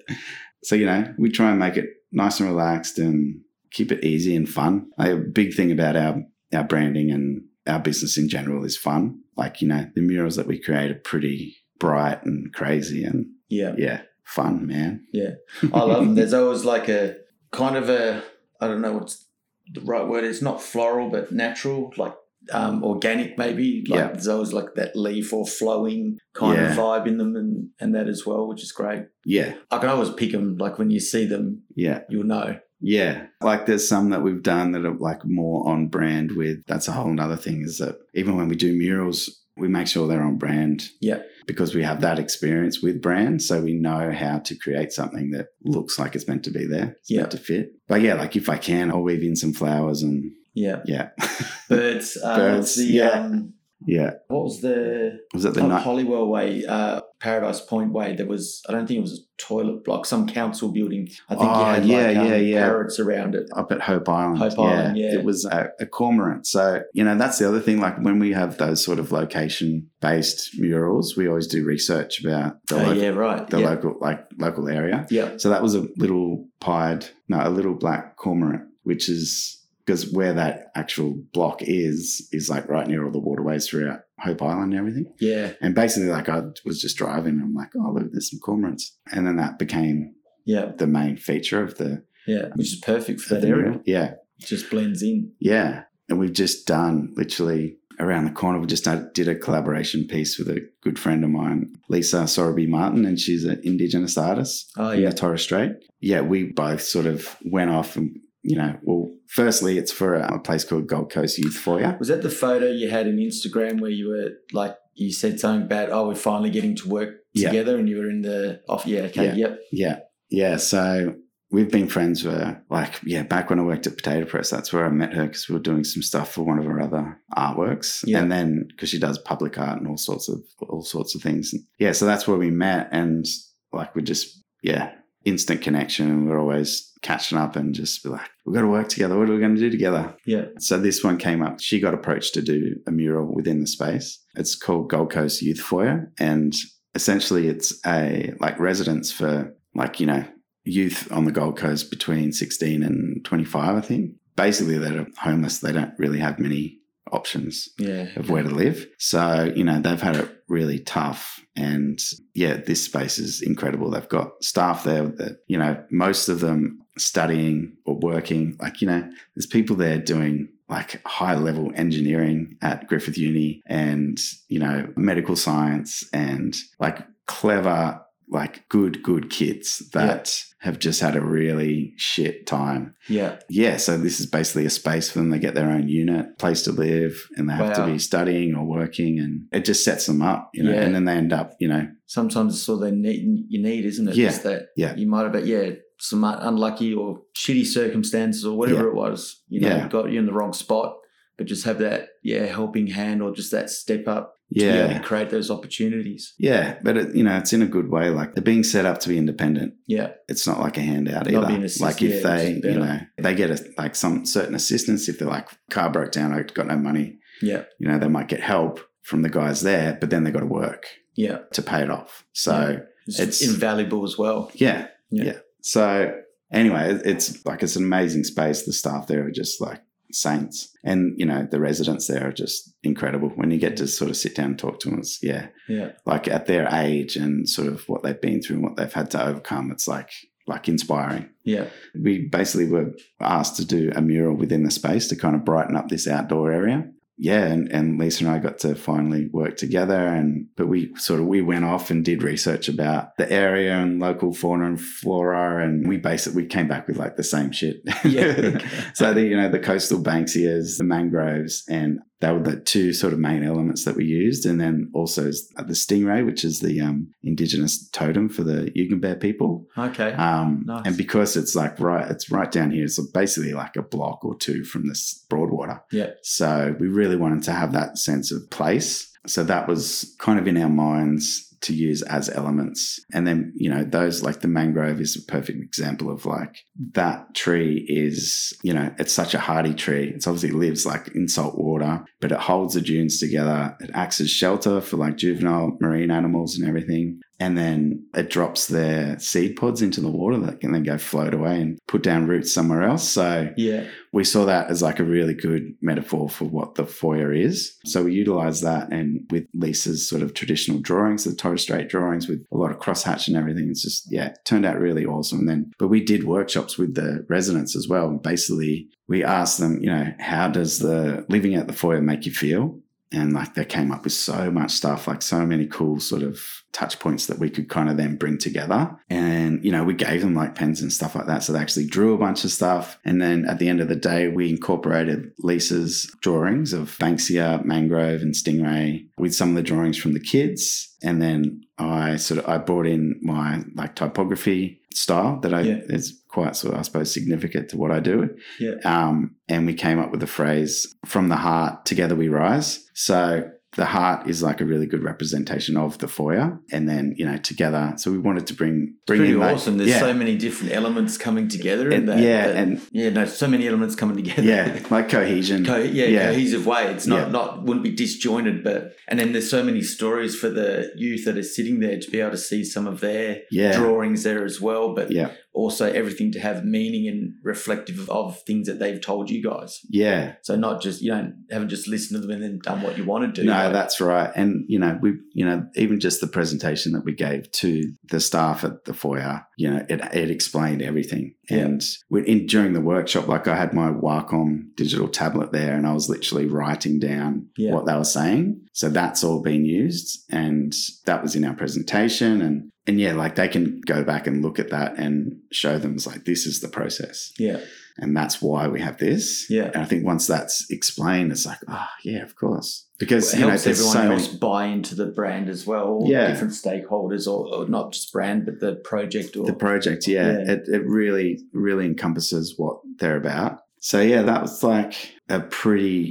so, you know, we try and make it nice and relaxed and keep it easy and fun. Like, a big thing about our, our branding and our business in general is fun. Like, you know, the murals that we create are pretty bright and crazy and Yeah. yeah, fun, man. Yeah. I love them. There's always like a kind of a I don't know what's the right word. It's not floral, but natural, like um, organic maybe. Like Yeah. there's always like that leaf or flowing kind Yeah. of vibe in them, and and that as well, which is great. yeah, I can always pick them. Like when you see them, yeah, you'll know. yeah. Like there's some that we've done that are like more on brand with. That's a whole nother thing is that even when we do murals, we make sure they're on brand. Yeah. Because we have that experience with brand. So we know how to create something that looks like it's meant to be there. It's Yeah. meant to fit. But yeah, like if I can, I'll weave in some flowers and Yeah, yeah. birds. Uh, Birds, The, yeah. Um, yeah. what was the Was that the oh, night? Hollywell way? Uh, Paradise Point way, there was I don't think it was a toilet block, some council building. I think Oh, you had yeah, like um, yeah, yeah. parrots around it. up at Hope Island. Hope Island, yeah. It was a, a cormorant. So, you know, that's the other thing. Like when we have those sort of location based murals, we always do research about the, Oh, local, yeah, right. the yeah. local, like local area. yeah. So that was a little pied, no, a little black cormorant, which is because where that actual block is, is like right near all the waterways throughout Hope Island and everything. Yeah. And basically, like I was just driving, and I'm like, oh, look, there's some cormorants. And then that became Yeah. the main feature of the, Yeah. Which is perfect for of that the area. mural. Yeah. It just blends in. Yeah. And we've just done literally around the corner. We just done- did a collaboration piece with a good friend of mine, Lisa Sorby Martin, and she's an Indigenous artist Oh in yeah. the Torres Strait. Yeah, we both sort of went off and, you know, well, firstly, it's for a place called Gold Coast Youth Foyer. Was that the photo you had in Instagram where you were like you said something about oh we're finally getting to work Yeah. together and you were in the off yeah okay Yeah. yep Yeah. Yeah. So we've been friends for like, yeah, back when I worked at Potato Press, that's where I met her because we were doing some stuff for one of her other artworks. Yeah. And then because she does public art and all sorts of all sorts of things. Yeah. So that's where we met and like we just yeah, instant connection and we're always catching up and just be like, we've got to work together. What are we going to do together? yeah So this one came up. She got approached to do a mural within the space. It's called Gold Coast Youth Foyer, and essentially it's a like residence for like you know youth on the Gold Coast between 16 and 25, I think. Basically, they're homeless. They don't really have many options yeah of where to live. So, you know, they've had it really tough. And yeah, this space is incredible. They've got staff there that, you know, most of them studying or working. Like, you know, there's people there doing like high level engineering at Griffith Uni and, you know, medical science and like clever, like good, good kids that have just had a really shit time yeah yeah, so this is basically a space for them. They get their own unit, place to live, and they have to Wow. be studying or working, and it just sets them up, you know. Yeah. And then they end up, you know, sometimes it's all they need you need isn't it Yeah. It's that Yeah. you might have been yeah some unlucky or shitty circumstances or whatever Yeah. it was you know Yeah. got you in the wrong spot but just have that yeah helping hand or just that step up to be able yeah, to create those opportunities yeah. But it, you know, it's in a good way. Like they're being set up to be independent. yeah It's not like a handout Not either. being assist- like yeah, if it's they, better. you know, they get a, like some certain assistance. If they're like car broke down, I got no money, yeah you know, they might get help from the guys there, but then they got to work yeah to pay it off. So. it's, It's- invaluable as well Yeah. Yeah. Yeah. So anyway, it- it's like it's an amazing space. The staff there are just like saints. And, you know, the residents there are just incredible. When you get to sort of sit down and talk to them, it's yeah. yeah Like at their age and sort of what they've been through and what they've had to overcome, it's like like inspiring. yeah We basically were asked to do a mural within the space to kind of brighten up this outdoor area. Yeah, and, and Lisa and I got to finally work together and but we sort of we went off and did research about the area and local fauna and flora and we basically we came back with like the same shit. Yeah. so the you know the coastal banksias, the mangroves, and they were the two sort of main elements that we used. And then also the stingray, which is the um, indigenous totem for the Yugambeh people. okay Um, Nice. And because it's like right, it's right down here. It's basically like a block or two from this Broadwater. Yeah. So we really wanted to have that sense of place. So that was kind of in our minds to use as elements. And then, you know, those like the mangrove is a perfect example of like that tree is, you know, it's such a hardy tree. It's obviously lives like in salt water, but it holds the dunes together. It acts as shelter for like juvenile marine animals and everything. And then it drops their seed pods into the water that can then go float away and put down roots somewhere else. So yeah we saw that as like a really good metaphor for what the foyer is. So we utilized that and with Lisa's sort of traditional drawings, the Torres Strait drawings with a lot of crosshatch and everything. It's just, yeah, it turned out really awesome. And then, but we did workshops with the residents as well. Basically, we asked them, you know, how does the living at the foyer make you feel? And like they came up with so much stuff, like so many cool sort of touch points that we could kind of then bring together. And, you know, we gave them like pens and stuff like that. So they actually drew a bunch of stuff. And then at the end of the day, we incorporated Lisa's drawings of Banksia, Mangrove, and Stingray with some of the drawings from the kids. And then I sort of I brought in my like typography style that I Yeah. is quite sort of I suppose significant to what I do yeah um, and we came up with the phrase "from the heart, together we rise." So the heart is like a really good representation of the foyer, and then you know together. So we wanted to bring bring Pretty in like- awesome. There's yeah, so many different elements coming together in And- that. yeah, that- and- yeah, no, so many elements coming together. yeah, like cohesion. Co- yeah, Yeah. cohesive way. It's not Yeah. not wouldn't be disjointed, but and then there's so many stories for the youth that are sitting there to be able to see some of their yeah, drawings there as well, but yeah, also everything to have meaning and reflective of things that they've told you guys. yeah. So not just you don't haven't just listened to them and then done what you want to do. No, Like, that's right. And you know, we you know, even just the presentation that we gave to the staff at the foyer, you know, it, it explained everything. Yeah. And we, in during the workshop, like I had my Wacom digital tablet there, and I was literally writing down Yeah. what they were saying. So that's all been used, and that was in our presentation. And and yeah, like they can go back and look at that and show them it's like this is the process, yeah, and that's why we have this. yeah. And I think once that's explained, it's like, oh, yeah, of course. Because, It you know, helps there's everyone so else many. buy into the brand as well. all Yeah. different stakeholders, or, or not just brand, but the project. Or The project, yeah, Yeah. It, it really, really encompasses what they're about. So, yeah, that was like a pretty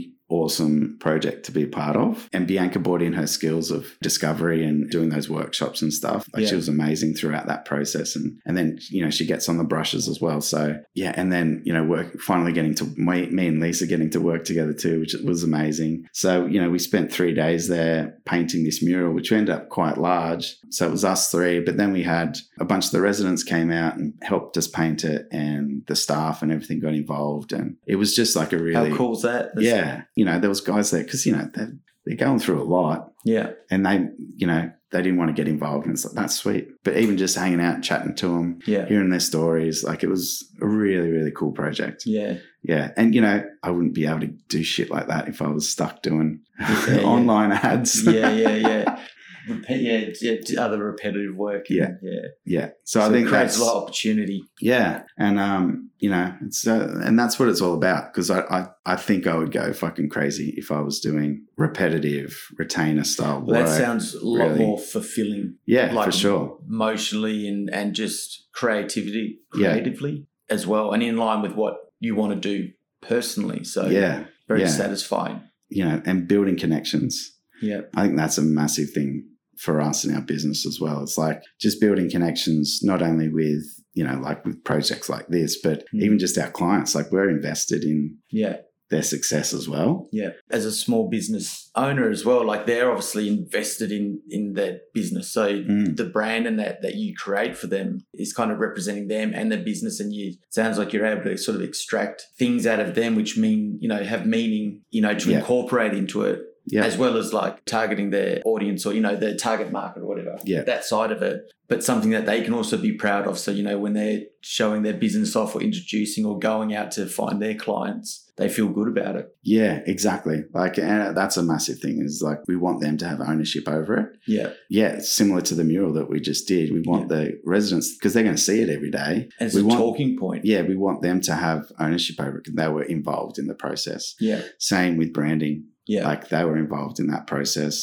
awesome project to be a part of. And Bianca brought in her skills of discovery and doing those workshops and stuff. Like, Yeah. she was amazing throughout that process. And, and then, you know, she gets on the brushes as well. So, yeah. And then, you know, work finally getting to me, me and Lisa getting to work together too, which was amazing. So, you know, we spent three days there painting this mural, which ended up quite large. So it was us three, but then we had a bunch of the residents came out and helped us paint it and the staff and everything got involved. And it was just like a really, how cool is that? That's- yeah, you know, there was guys there because, you know, they're, they're going through a lot yeah, and they, you know, they didn't want to get involved. And it's like, that's sweet. But even just hanging out, chatting to them, yeah, hearing their stories, like it was a really, really cool project. yeah. Yeah. And, you know, I wouldn't be able to do shit like that if I was stuck doing Yeah, yeah. online ads. yeah, yeah, yeah. Repe- yeah, yeah, d- other repetitive work. and- Yeah. yeah. yeah. So, So, I think it creates that's, a lot of opportunity. yeah. And, um, you know, it's, uh, and that's what it's all about. Cause I, I, I think I would go fucking crazy if I was doing repetitive retainer style Well, work. that sounds a lot really. more fulfilling yeah, like- for sure. emotionally and and just creativity, Yeah. creatively as well, and in line with what you want to do personally. So yeah. very yeah. satisfying. You know, and building connections. Yeah, I think that's a massive thing for us in our business as well. It's like just building connections, not only with, you know, like with projects like this, but Mm. even just our clients. Like we're invested in yeah, their success as well. yeah. As a small business owner as well, like they're obviously invested in in their business. So Mm. the brand and that that you create for them is kind of representing them and their business and you sounds like you're able to sort of extract things out of them which mean you know have meaning you know to Yeah. incorporate into it Yeah. as well as like targeting their audience or you know their target market or whatever Yeah. that side of it but something that they can also be proud of so you know when they're showing their business off or introducing or going out to find their clients they feel good about it yeah, exactly. Like, and uh, that's a massive thing is like we want them to have ownership over it. yeah Yeah. It's similar to the mural that we just did. We want the residents, because they're going to see it every day. and it's We a want- talking point Yeah. We want them to have ownership over it because they were involved in the process. yeah Same with branding. yeah like they were involved in that process.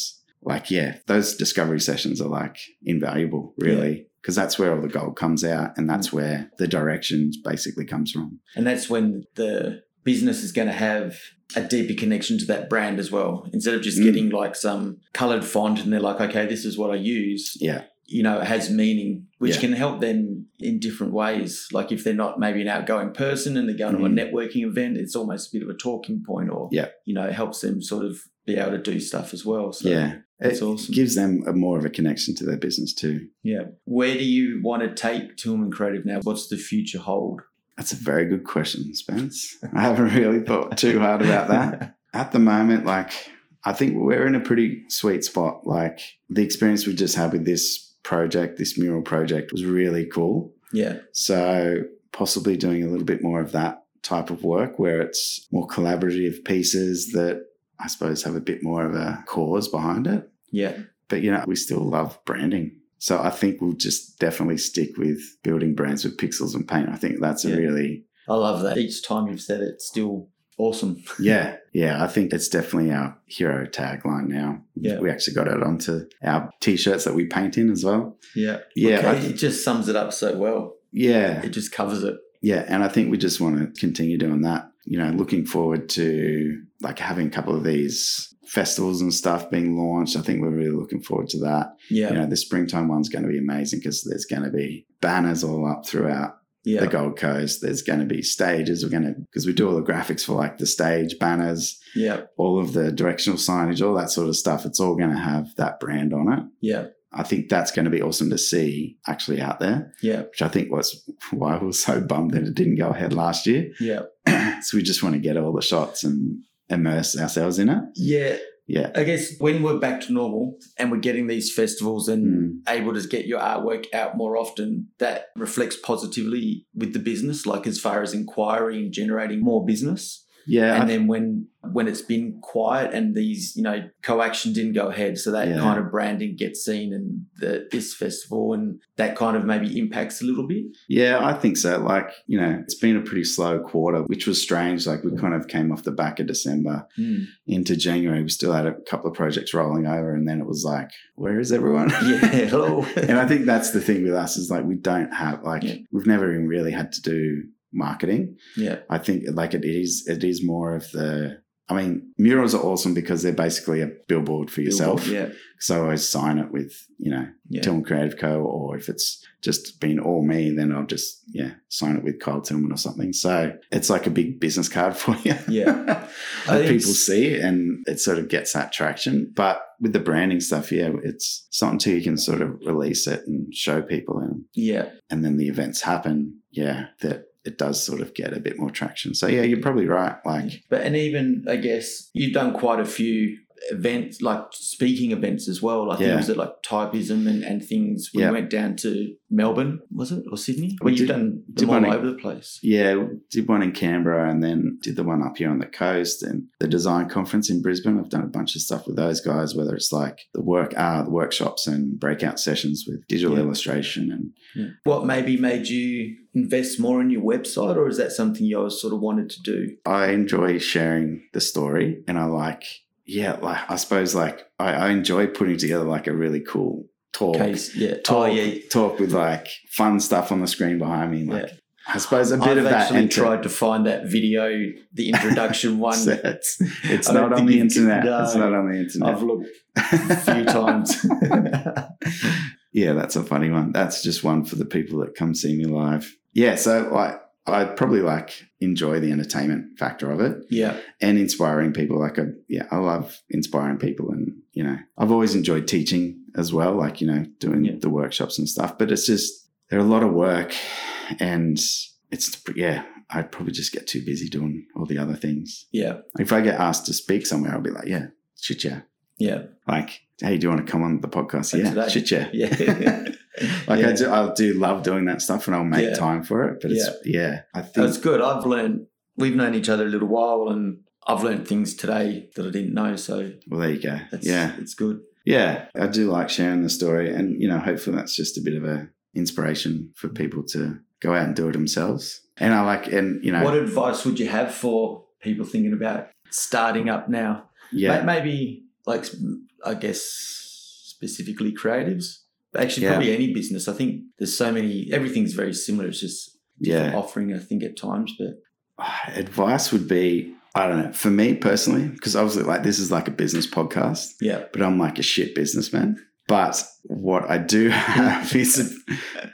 Like, yeah, those discovery sessions are like invaluable, really, because that's where all the gold comes out and Mm. that's where the directions basically comes from. And that's when the business is going to have a deeper connection to that brand as well. Instead of just Mm. getting like some colored font and they're like, okay, this is what I use, Yeah, you know, it has meaning, which Yeah. can help them in different ways. Like if they're not maybe an outgoing person and they're going to a networking event, it's almost a bit of a talking point or, Mm-hmm. Yeah. you know, it helps them sort of be able to do stuff as well. So yeah. that's It awesome. gives them a more of a connection to their business too. yeah. Where do you want to take Tillman Creative now? What's the future hold? That's a very good question, Spence. I haven't really thought too hard about that. At the moment, like, I think we're in a pretty sweet spot. Like, the experience we just had with this project, this mural project, was really cool. yeah. So possibly doing a little bit more of that type of work where it's more collaborative pieces that I suppose have a bit more of a cause behind it. Yeah. But you know, we still love branding. So I think we'll just definitely stick with building brands with pixels and paint. I think that's a Yeah. really I love that. Each time you've said it, it's still awesome. yeah, yeah. I think it's definitely our hero tagline now. Yeah. We actually got it onto our t-shirts that we paint in as well. Yeah. Yeah, Okay, I it just sums it up so well. Yeah, It just covers it. yeah. And I think we just want to continue doing that. you know, looking forward to like having a couple of these festivals and stuff being launched. I think we're really looking forward to that. Yeah. You know, the springtime one's going to be amazing because there's going to be banners all up throughout yeah. the Gold Coast. There's going to be stages. We're going to, because we do all the graphics for like the stage banners, yeah. all of the directional signage, all that sort of stuff. It's all going to have that brand on it. Yeah. I think that's going to be awesome to see actually out there, Yeah. which I think was why we were so bummed that it didn't go ahead last year. Yeah. so we just want to get all the shots and immerse ourselves in it. Yeah. Yeah. I guess when we're back to normal and we're getting these festivals and Mm. able to get your artwork out more often, that reflects positively with the business, like as far as inquiry and generating more business. Yeah. I and then when when it's been quiet and these you know co-action didn't go ahead so that Yeah. kind of branding gets seen in the this festival and that kind of maybe impacts a little bit Yeah, I think so. Like, you know, it's been a pretty slow quarter, which was strange. Like, Mm. we kind of came off the back of December into January. We still had a couple of projects rolling over, and then it was like, where is everyone? yeah hello and I think that's the thing with us is like, we don't have, like, Yeah. we've never even really had to do marketing. yeah I think, like, it is, it is more of the, I mean, murals are awesome because they're basically a billboard for yourself. yeah So I always sign it with, you know, yeah Tillman Creative Co. Or if it's just been all me, then I'll just, yeah, sign it with Kyle Tillman or something. So it's like a big business card for you. Yeah. I that think people it's- see and it sort of gets that traction. But with the branding stuff, yeah, it's it's not until you can sort of release it and show people and, yeah and then the events happen, yeah, that it does sort of get a bit more traction. So yeah, you're probably right. Like, but and even i guess you've done quite a few events like speaking events as well i think Yeah. it was at like typism and, and things we Yeah. went down to melbourne was it or sydney We well you've did- done did them all one in- over the place Yeah, did one in Canberra and then did the one up here on the coast and the design conference in Brisbane. I've done a bunch of stuff with those guys, whether it's like the work art workshops and breakout sessions with digital Yeah. illustration and What maybe made you invest more in your website, or is that something you always sort of wanted to do? I enjoy sharing the story and I like yeah, like I suppose like I, I enjoy putting together like a really cool talk. Case, yeah. Talk, oh, yeah. talk with like fun stuff on the screen behind me. Like I suppose a bit I've of that actually and to- tried to find that video, the introduction one. So it's it's I don't not on think the you can- internet. It's no. not on the internet. I've looked a few times. yeah, that's a funny one. That's just one for the people that come see me live. Yeah, so like I probably like enjoy the entertainment factor of it yeah, and inspiring people. Like I yeah, I love inspiring people and you know, I've always enjoyed teaching as well, like, you know, doing Yeah. the workshops and stuff. But it's just they're a lot of work and it's yeah, I probably just get too busy doing all the other things. yeah, If I get asked to speak somewhere, I'll be like, Yeah, shit yeah. yeah, Like, hey, do you want to come on the podcast? Like yeah, today. shit yeah. yeah. Like Yeah. I do, I do love doing that stuff, and I'll make Yeah. time for it. But it's yeah, I think That's good. I've learned, we've known each other a little while, and I've learned things today that I didn't know. So well, there you go. that's, Yeah, it's good. yeah, I do like sharing the story, and you know, hopefully that's just a bit of a inspiration Mm. for people to go out and do it themselves. And I like, and you know, What advice would you have for people thinking about starting up now? yeah, Ma- Maybe like I guess specifically creatives. But Actually, Yeah. probably any business. I think there's so many. Everything's very similar. It's just yeah. offering. I think at times, but Advice would be, I don't know, for me personally, because obviously, like this is like a business podcast. yeah, but I'm like a shit businessman. But what I do have is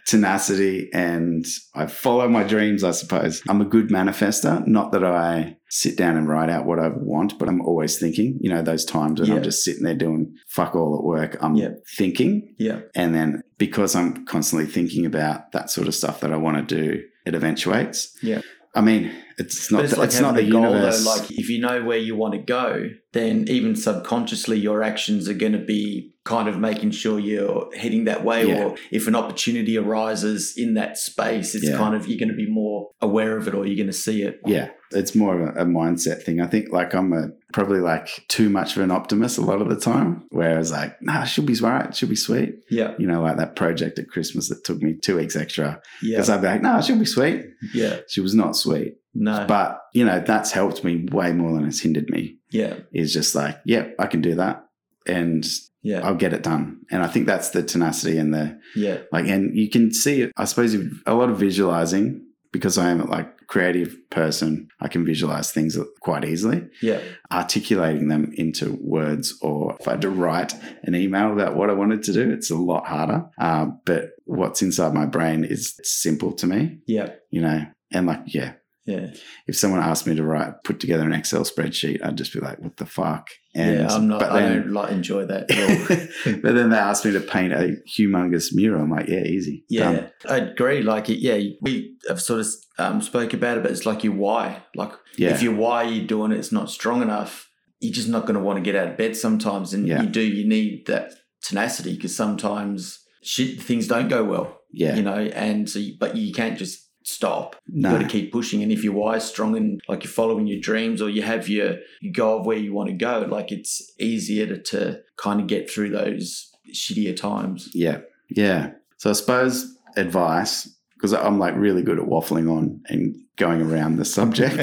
tenacity and I follow my dreams, I suppose. I'm a good manifester. Not that I sit down and write out what I want, but I'm always thinking. You know, those times when Yeah. I'm just sitting there doing fuck all at work, I'm Yeah. thinking. yeah, And then because I'm constantly thinking about that sort of stuff that I want to do, it eventuates. Yeah. I mean, it's not, but it's it's, like not the having a goal. universe. Though, like if you know where you want to go, then even subconsciously your actions are going to be kind of making sure you're heading that way. Yeah. Or if an opportunity arises in that space, it's Yeah. kind of you're going to be more aware of it, or you're going to see it. yeah it's more of a, a mindset thing i think like i'm a, probably like too much of an optimist a lot of the time whereas like nah she'll be right she'll be sweet yeah, you know like that project at christmas that took me two weeks extra yeah, because i'd be like nah she'll be sweet yeah. she was not sweet No, but you know that's helped me way more than it's hindered me yeah, is just like yep i can do that and yeah, i'll get it done and i think that's the tenacity and the yeah, like and you can see it i suppose a lot of visualizing because i am like creative person, I can visualize things quite easily. Yeah. Articulating them into words, or if I had to write an email about what I wanted to do, it's a lot harder. Uh, but what's inside my brain is simple to me, Yeah. you know, and like, yeah. Yeah. If someone asked me to write, put together an Excel spreadsheet, I'd just be like, "What the fuck?" And yeah. I'm not, but I then- don't like, enjoy that at all. but then they asked me to paint a humongous mural. I'm like, yeah, easy. Yeah, Done. I agree. Like, it, yeah, we have sort of um, spoke about it, but it's like your why. Like, Yeah. if your why you're doing it's not strong enough, you're just not going to want to get out of bed sometimes. And Yeah. you do, you need that tenacity because sometimes shit things don't go well, yeah. you know. And so, you, but you can't just stop. You got no. to keep pushing. And if your why is strong and like you're following your dreams or you have your, your goal of where you want to go, like it's easier to, to kind of get through those shittier times. Yeah. Yeah. So I suppose advice, because I'm like really good at waffling on and going around the subject.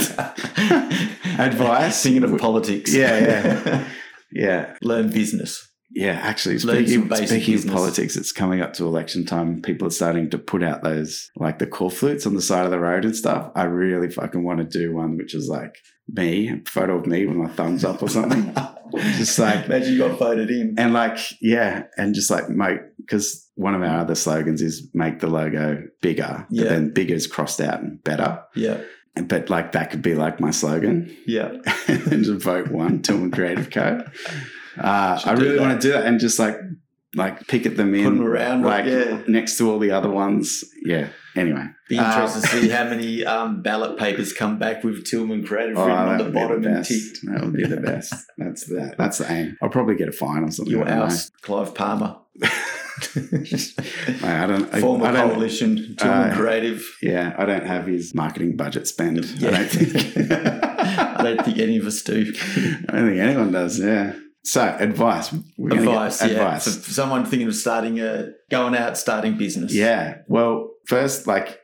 advice. Singing of politics. Yeah, yeah. yeah. Learn business. Yeah. Actually, Learn some speaking, basic speaking of business. politics, it's coming up to election time. People are starting to put out those, like the call flutes on the side of the road and stuff. I really fucking want to do one, which is like me, a photo of me with my thumbs up or something. Just like- imagine you got voted in. And like, yeah, and just like make because one of our other slogans is make the logo bigger, Yeah. but then bigger is crossed out and better. Yeah, And, but like that could be like my slogan yeah, and just vote one Till and Creative Co. Uh, Should I do really that. want to do that and just like like picket them put in them around. like Like, yeah. next to all the other ones. Yeah. Anyway. Be Uh, interested to see how many um, ballot papers come back with Tillman Creative Oh, written on that the would be the bottom and best. ticked. That would be the best. That's that. That's the aim. I'll probably get a fine or something. Your I don't know. house, Clive Palmer, I don't. I, former I don't, coalition Tillman Uh, Creative. Yeah, I don't have his marketing budget spend. Yeah. I don't think. I don't think any of us do. I don't think anyone does. Yeah. So advice. We're gonna get Advice, yeah. For Advice. someone thinking of starting a going out, starting business. Yeah. Well, first, like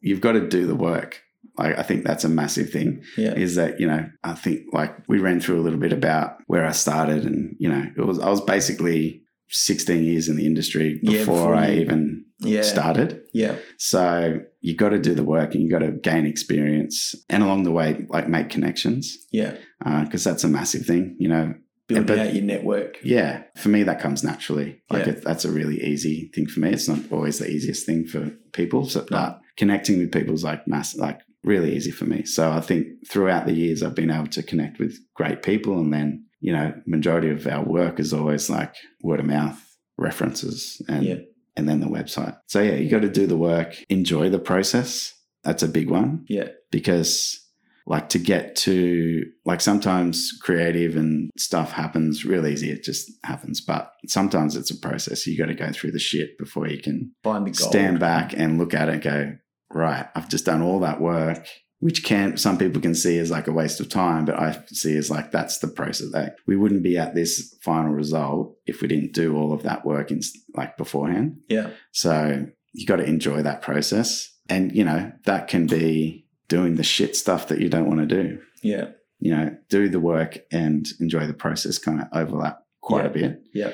you've got to do the work. Like I think that's a massive thing. Yeah. Is that you know I think like we ran through a little bit about where I started and you know it was I was basically 16 years in the industry before, Yeah, before I you- even yeah, started. yeah, So you got to do the work and you got to gain experience and along the way, like make connections yeah. because that's a massive thing, you know. Building but- out your network. Yeah, for me that comes naturally. Like Yeah. it, that's a really easy thing for me. It's not always the easiest thing for people, so, No. but connecting with people is like mass, like really easy for me. So I think throughout the years I've been able to connect with great people, and then you know majority of our work is always like word of mouth references and Yeah. and then the website. So yeah, you got to do the work, enjoy the process. That's a big one. Yeah. Because like to get to like sometimes creative and stuff happens real easy. It just happens. But sometimes it's a process. You got to go through the shit before you can Find the gold. stand back and look at it and go, right, I've just done all that work. Which can some people can see as like a waste of time, but I see as like that's the process. Like we wouldn't be at this final result if we didn't do all of that work in like beforehand. Yeah, So you got to enjoy that process. And, you know, that can be doing the shit stuff that you don't want to do. yeah. You know, do the work and enjoy the process kind of overlap quite a bit. Yeah.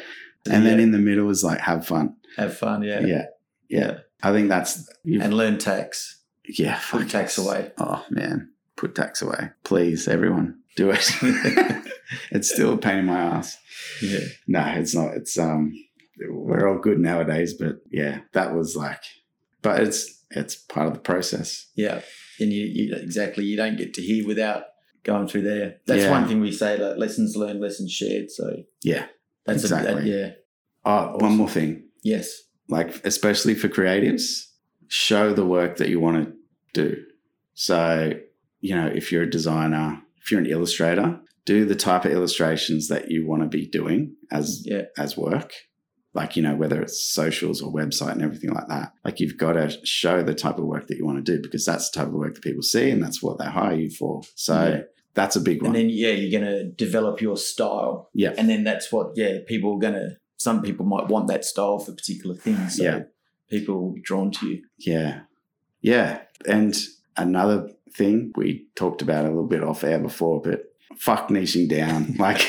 And then Yeah. in the middle is like have fun. have fun. Yeah. Yeah. Yeah. I think that's, you've, And learn tax. yeah. Put fuck tax yes. away. Oh, man. Put tax away. Please, everyone, do it. it's still a pain in my ass. Yeah. No, it's not. It's um, we're all good nowadays, but yeah, that was like, but it's it's part of the process. Yeah. And you, you exactly you don't get to hear without going through there. That's Yeah. one thing we say like lessons learned, lessons shared. So Yeah. that's a that, Exactly. yeah. Oh, one more thing, Yes. like especially for creatives, show the work that you want to do. So you know, if you're a designer, if you're an illustrator, do the type of illustrations that you want to be doing as Yeah. as work. Like, you know, whether it's socials or website and everything like that. Like you've got to show the type of work that you want to do because that's the type of work that people see and that's what they hire you for. So Yeah. that's a big one. And then yeah, you're gonna develop your style. Yeah. And then that's what yeah, people are gonna some people might want that style for particular things. So Yeah. people will be drawn to you. yeah. Yeah. And another thing we talked about a little bit off air before, but fuck niching down. like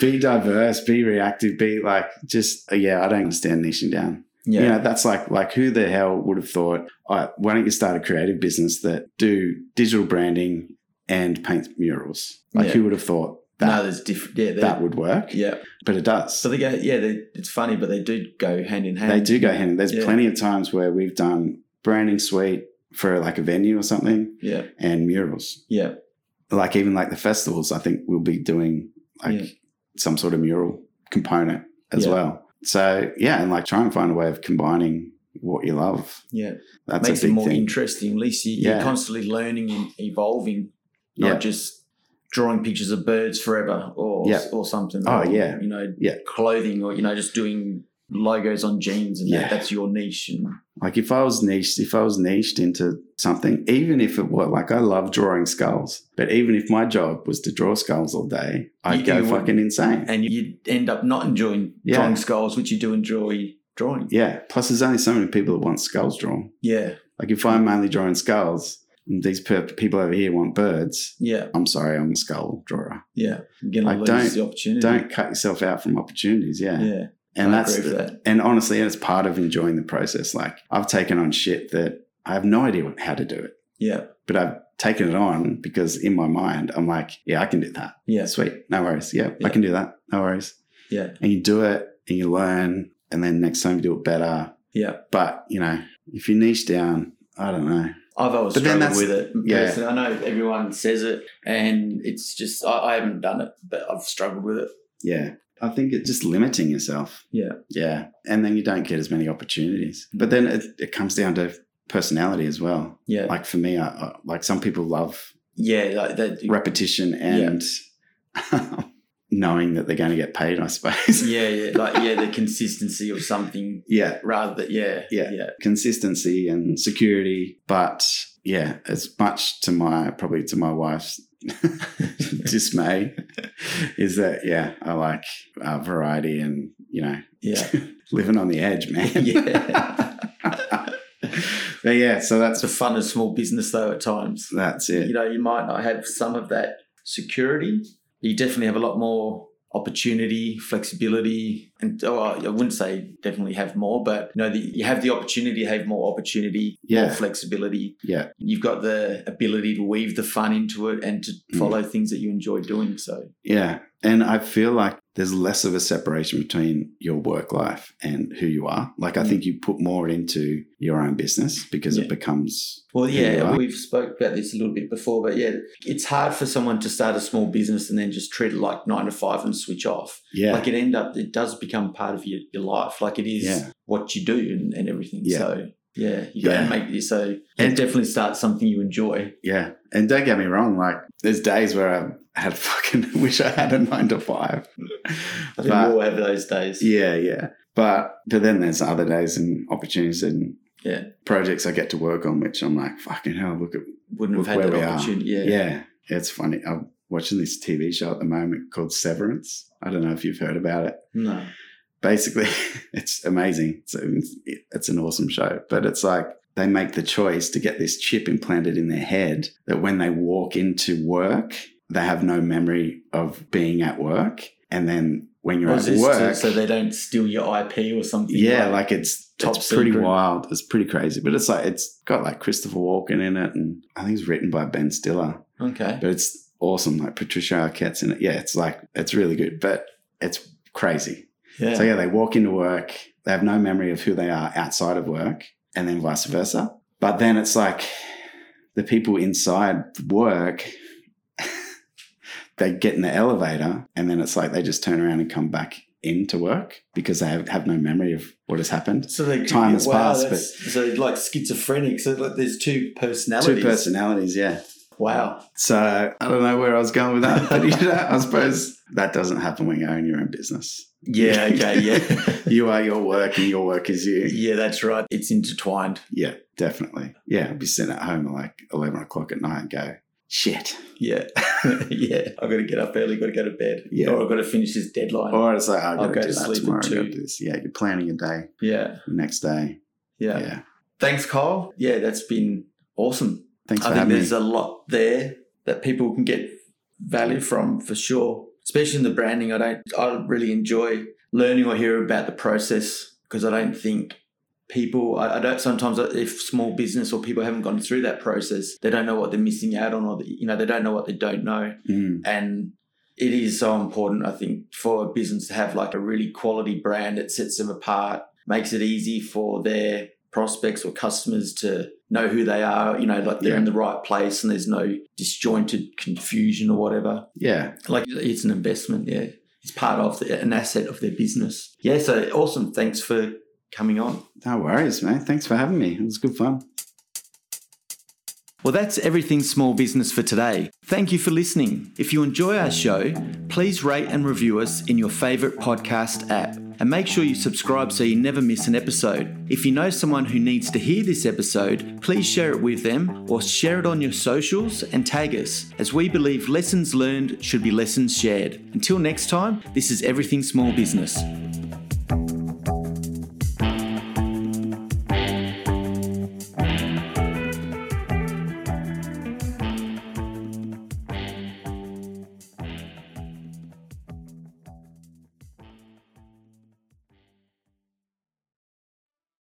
be diverse, be reactive, be like just yeah, I don't understand niching down. Yeah. You know, that's like like who the hell would have thought? All right, why don't you start a creative business that do digital branding and paint murals? Like Yeah. who would have thought no, that there's different. Yeah, they- that would work? Yeah. But it does. So they go. Yeah, they, it's funny, but they do go hand in hand. they do go hand. in- There's Yeah. plenty of times where we've done branding suite for like a venue or something Yeah, and murals. yeah, Like even like the festivals, I think we'll be doing like Yeah. some sort of mural component as Yeah. well. So yeah, and like try and find a way of combining what you love. yeah. That's Makes a it big more thing. interesting. At least you, Yeah. you're constantly learning and evolving, not yeah. just drawing pictures of birds forever or Yeah. or something. Oh, or, yeah. you know, Yeah. clothing or you know, just doing logos on jeans and Yeah. that, that's your niche. And Like if I was niched, if I was niched into something, even if it were like I love drawing skulls, but even if my job was to draw skulls all day, I'd You- go you wouldn't. fucking insane. and you would end up not enjoying Yeah. drawing skulls, which you do enjoy drawing. Yeah. Plus, there's only so many people that want skulls drawn. Yeah, Like if I'm mainly drawing skulls, and these per- people over here want birds. yeah, I'm sorry, I'm a skull drawer. yeah. You're gonna Like, lose don't- the opportunity. Don't cut yourself out from opportunities. Yeah. Mm. yeah, and I that's agree with that. and honestly, it's part of enjoying the process. Like I've taken on shit that I have no idea what, how to do it, Yeah, but I've taken it on because in my mind I'm like, yeah, I can do that. yeah, Sweet, no worries. Yeah, I Yeah. can do that. No worries. yeah, And you do it, and you learn, and then next time you do it better. yeah. But you know, if you niche down, I don't know. I've always But then struggled that's- with it. yeah. Personally. I know everyone says it, and it's just I, I haven't done it, but I've struggled with it. Yeah. I think it's just limiting yourself. Yeah. Mm. Yeah. And then you don't get as many opportunities. But then it, it comes down to personality as well. Yeah, Like for me, I, I like some people love yeah, like that. repetition and knowing that they're going to get paid, I suppose. yeah, yeah, like yeah, the consistency of something yeah. rather than yeah, Yeah. yeah, Consistency and security. But yeah, as much to my, probably to my wife's dismay, is that, yeah, I like uh, variety and, you know, yeah. living on the edge, man. Yeah. but yeah, so It's that's the fun of small business though. At times, that's it. you know, you might not have some of that security. You definitely have a lot more opportunity, flexibility, and oh, I wouldn't say definitely have more, but you know, the, you have the opportunity to have more opportunity, Yeah. more flexibility, Yeah, you've got the ability to weave the fun into it and to Mm. follow things that you enjoy doing. So yeah. And I feel like there's less of a separation between your work life and who you are. Like I Mm. think you put more into your own business because it Yeah. becomes well Here you yeah, are. we've spoke about this a little bit before, but yeah, it's hard for someone to start a small business and then just treat it like nine to five and switch off. yeah, Like it end up it does become part of your, your life. Like it is Yeah. what you do and, and everything. Yeah. So yeah, you gotta Yeah. make it so And- and definitely start something you enjoy. yeah. And don't get me wrong, like there's days where I had fucking wish I had a nine to five. I think But- we all have those days. Yeah, yeah. But but then there's other days and opportunities and Yeah. projects I get to work on, which I'm like, fucking hell, look at Wouldn't have With had where that we are. opportunity. Yeah. yeah. It's funny. I'm watching this TV show at the moment called Severance. I don't know if you've heard about it. No. Basically, it's amazing. So it's, it's an awesome show, but it's like they make the choice to get this chip implanted in their head that when they walk into work, they have no memory of being at work. And then when you're Or is at this work, to- Oh, so they don't steal your IP or something. yeah, like- like it's top it's pretty secret. wild. It's pretty crazy, but it's like it's got like Christopher Walken in it, and I think it's written by Ben Stiller. Okay. but it's awesome. Like Patricia Arquette's in it. Yeah, it's like it's really good, but it's crazy. Yeah. So yeah, they walk into work, they have no memory of who they are outside of work, and then vice versa. But then it's like the people inside work, they get in the elevator, and then it's like they just turn around and come back into work because they have, have no memory of what has happened. So they, Time has passed, that's- so like schizophrenic. So like there's two personalities. Two personalities, yeah. Wow. So I don't know where I was going with that, but you know, I suppose that doesn't happen when you own your own business. Yeah. Okay. Yeah. You are your work, and your work is you. yeah. That's right. It's intertwined. Yeah, definitely. Yeah, I'd be sitting at home at like eleven o'clock at night and go, shit. Yeah. yeah. I've got to get up early. Got to go to bed. Yeah. Or I've got to finish this deadline. Or it's like, I've I'll got go to do to that sleep at tomorrow. I've got to two. do this. Yeah, you're planning your day, yeah, the next day. yeah. Yeah. Thanks, Kyle. Yeah. That's been awesome. Thanks for I think having there's me. a lot there that people can get value from for sure. Especially in the branding, I don't I really enjoy learning or hearing about the process because I don't think people I, I don't sometimes if small business or people haven't gone through that process they don't know what they're missing out on or you know they don't know what they don't know Mm. and it is so important i think for a business to have like a really quality brand that sets them apart makes it easy for their prospects or customers to know who they are you know like they're Yeah. in the right place and there's no disjointed confusion or whatever Yeah. like it's an investment yeah it's part of the, an asset of their business yeah so awesome thanks for coming on No worries, man. Thanks for having me. It was good fun. Well, that's everything small business for today. Thank you for listening. If you enjoy our show, please rate and review us in your favourite podcast app. And make sure you subscribe so you never miss an episode. If you know someone who needs to hear this episode, please share it with them or share it on your socials and tag us, as we believe lessons learned should be lessons shared. Until next time, this is Everything Small Business.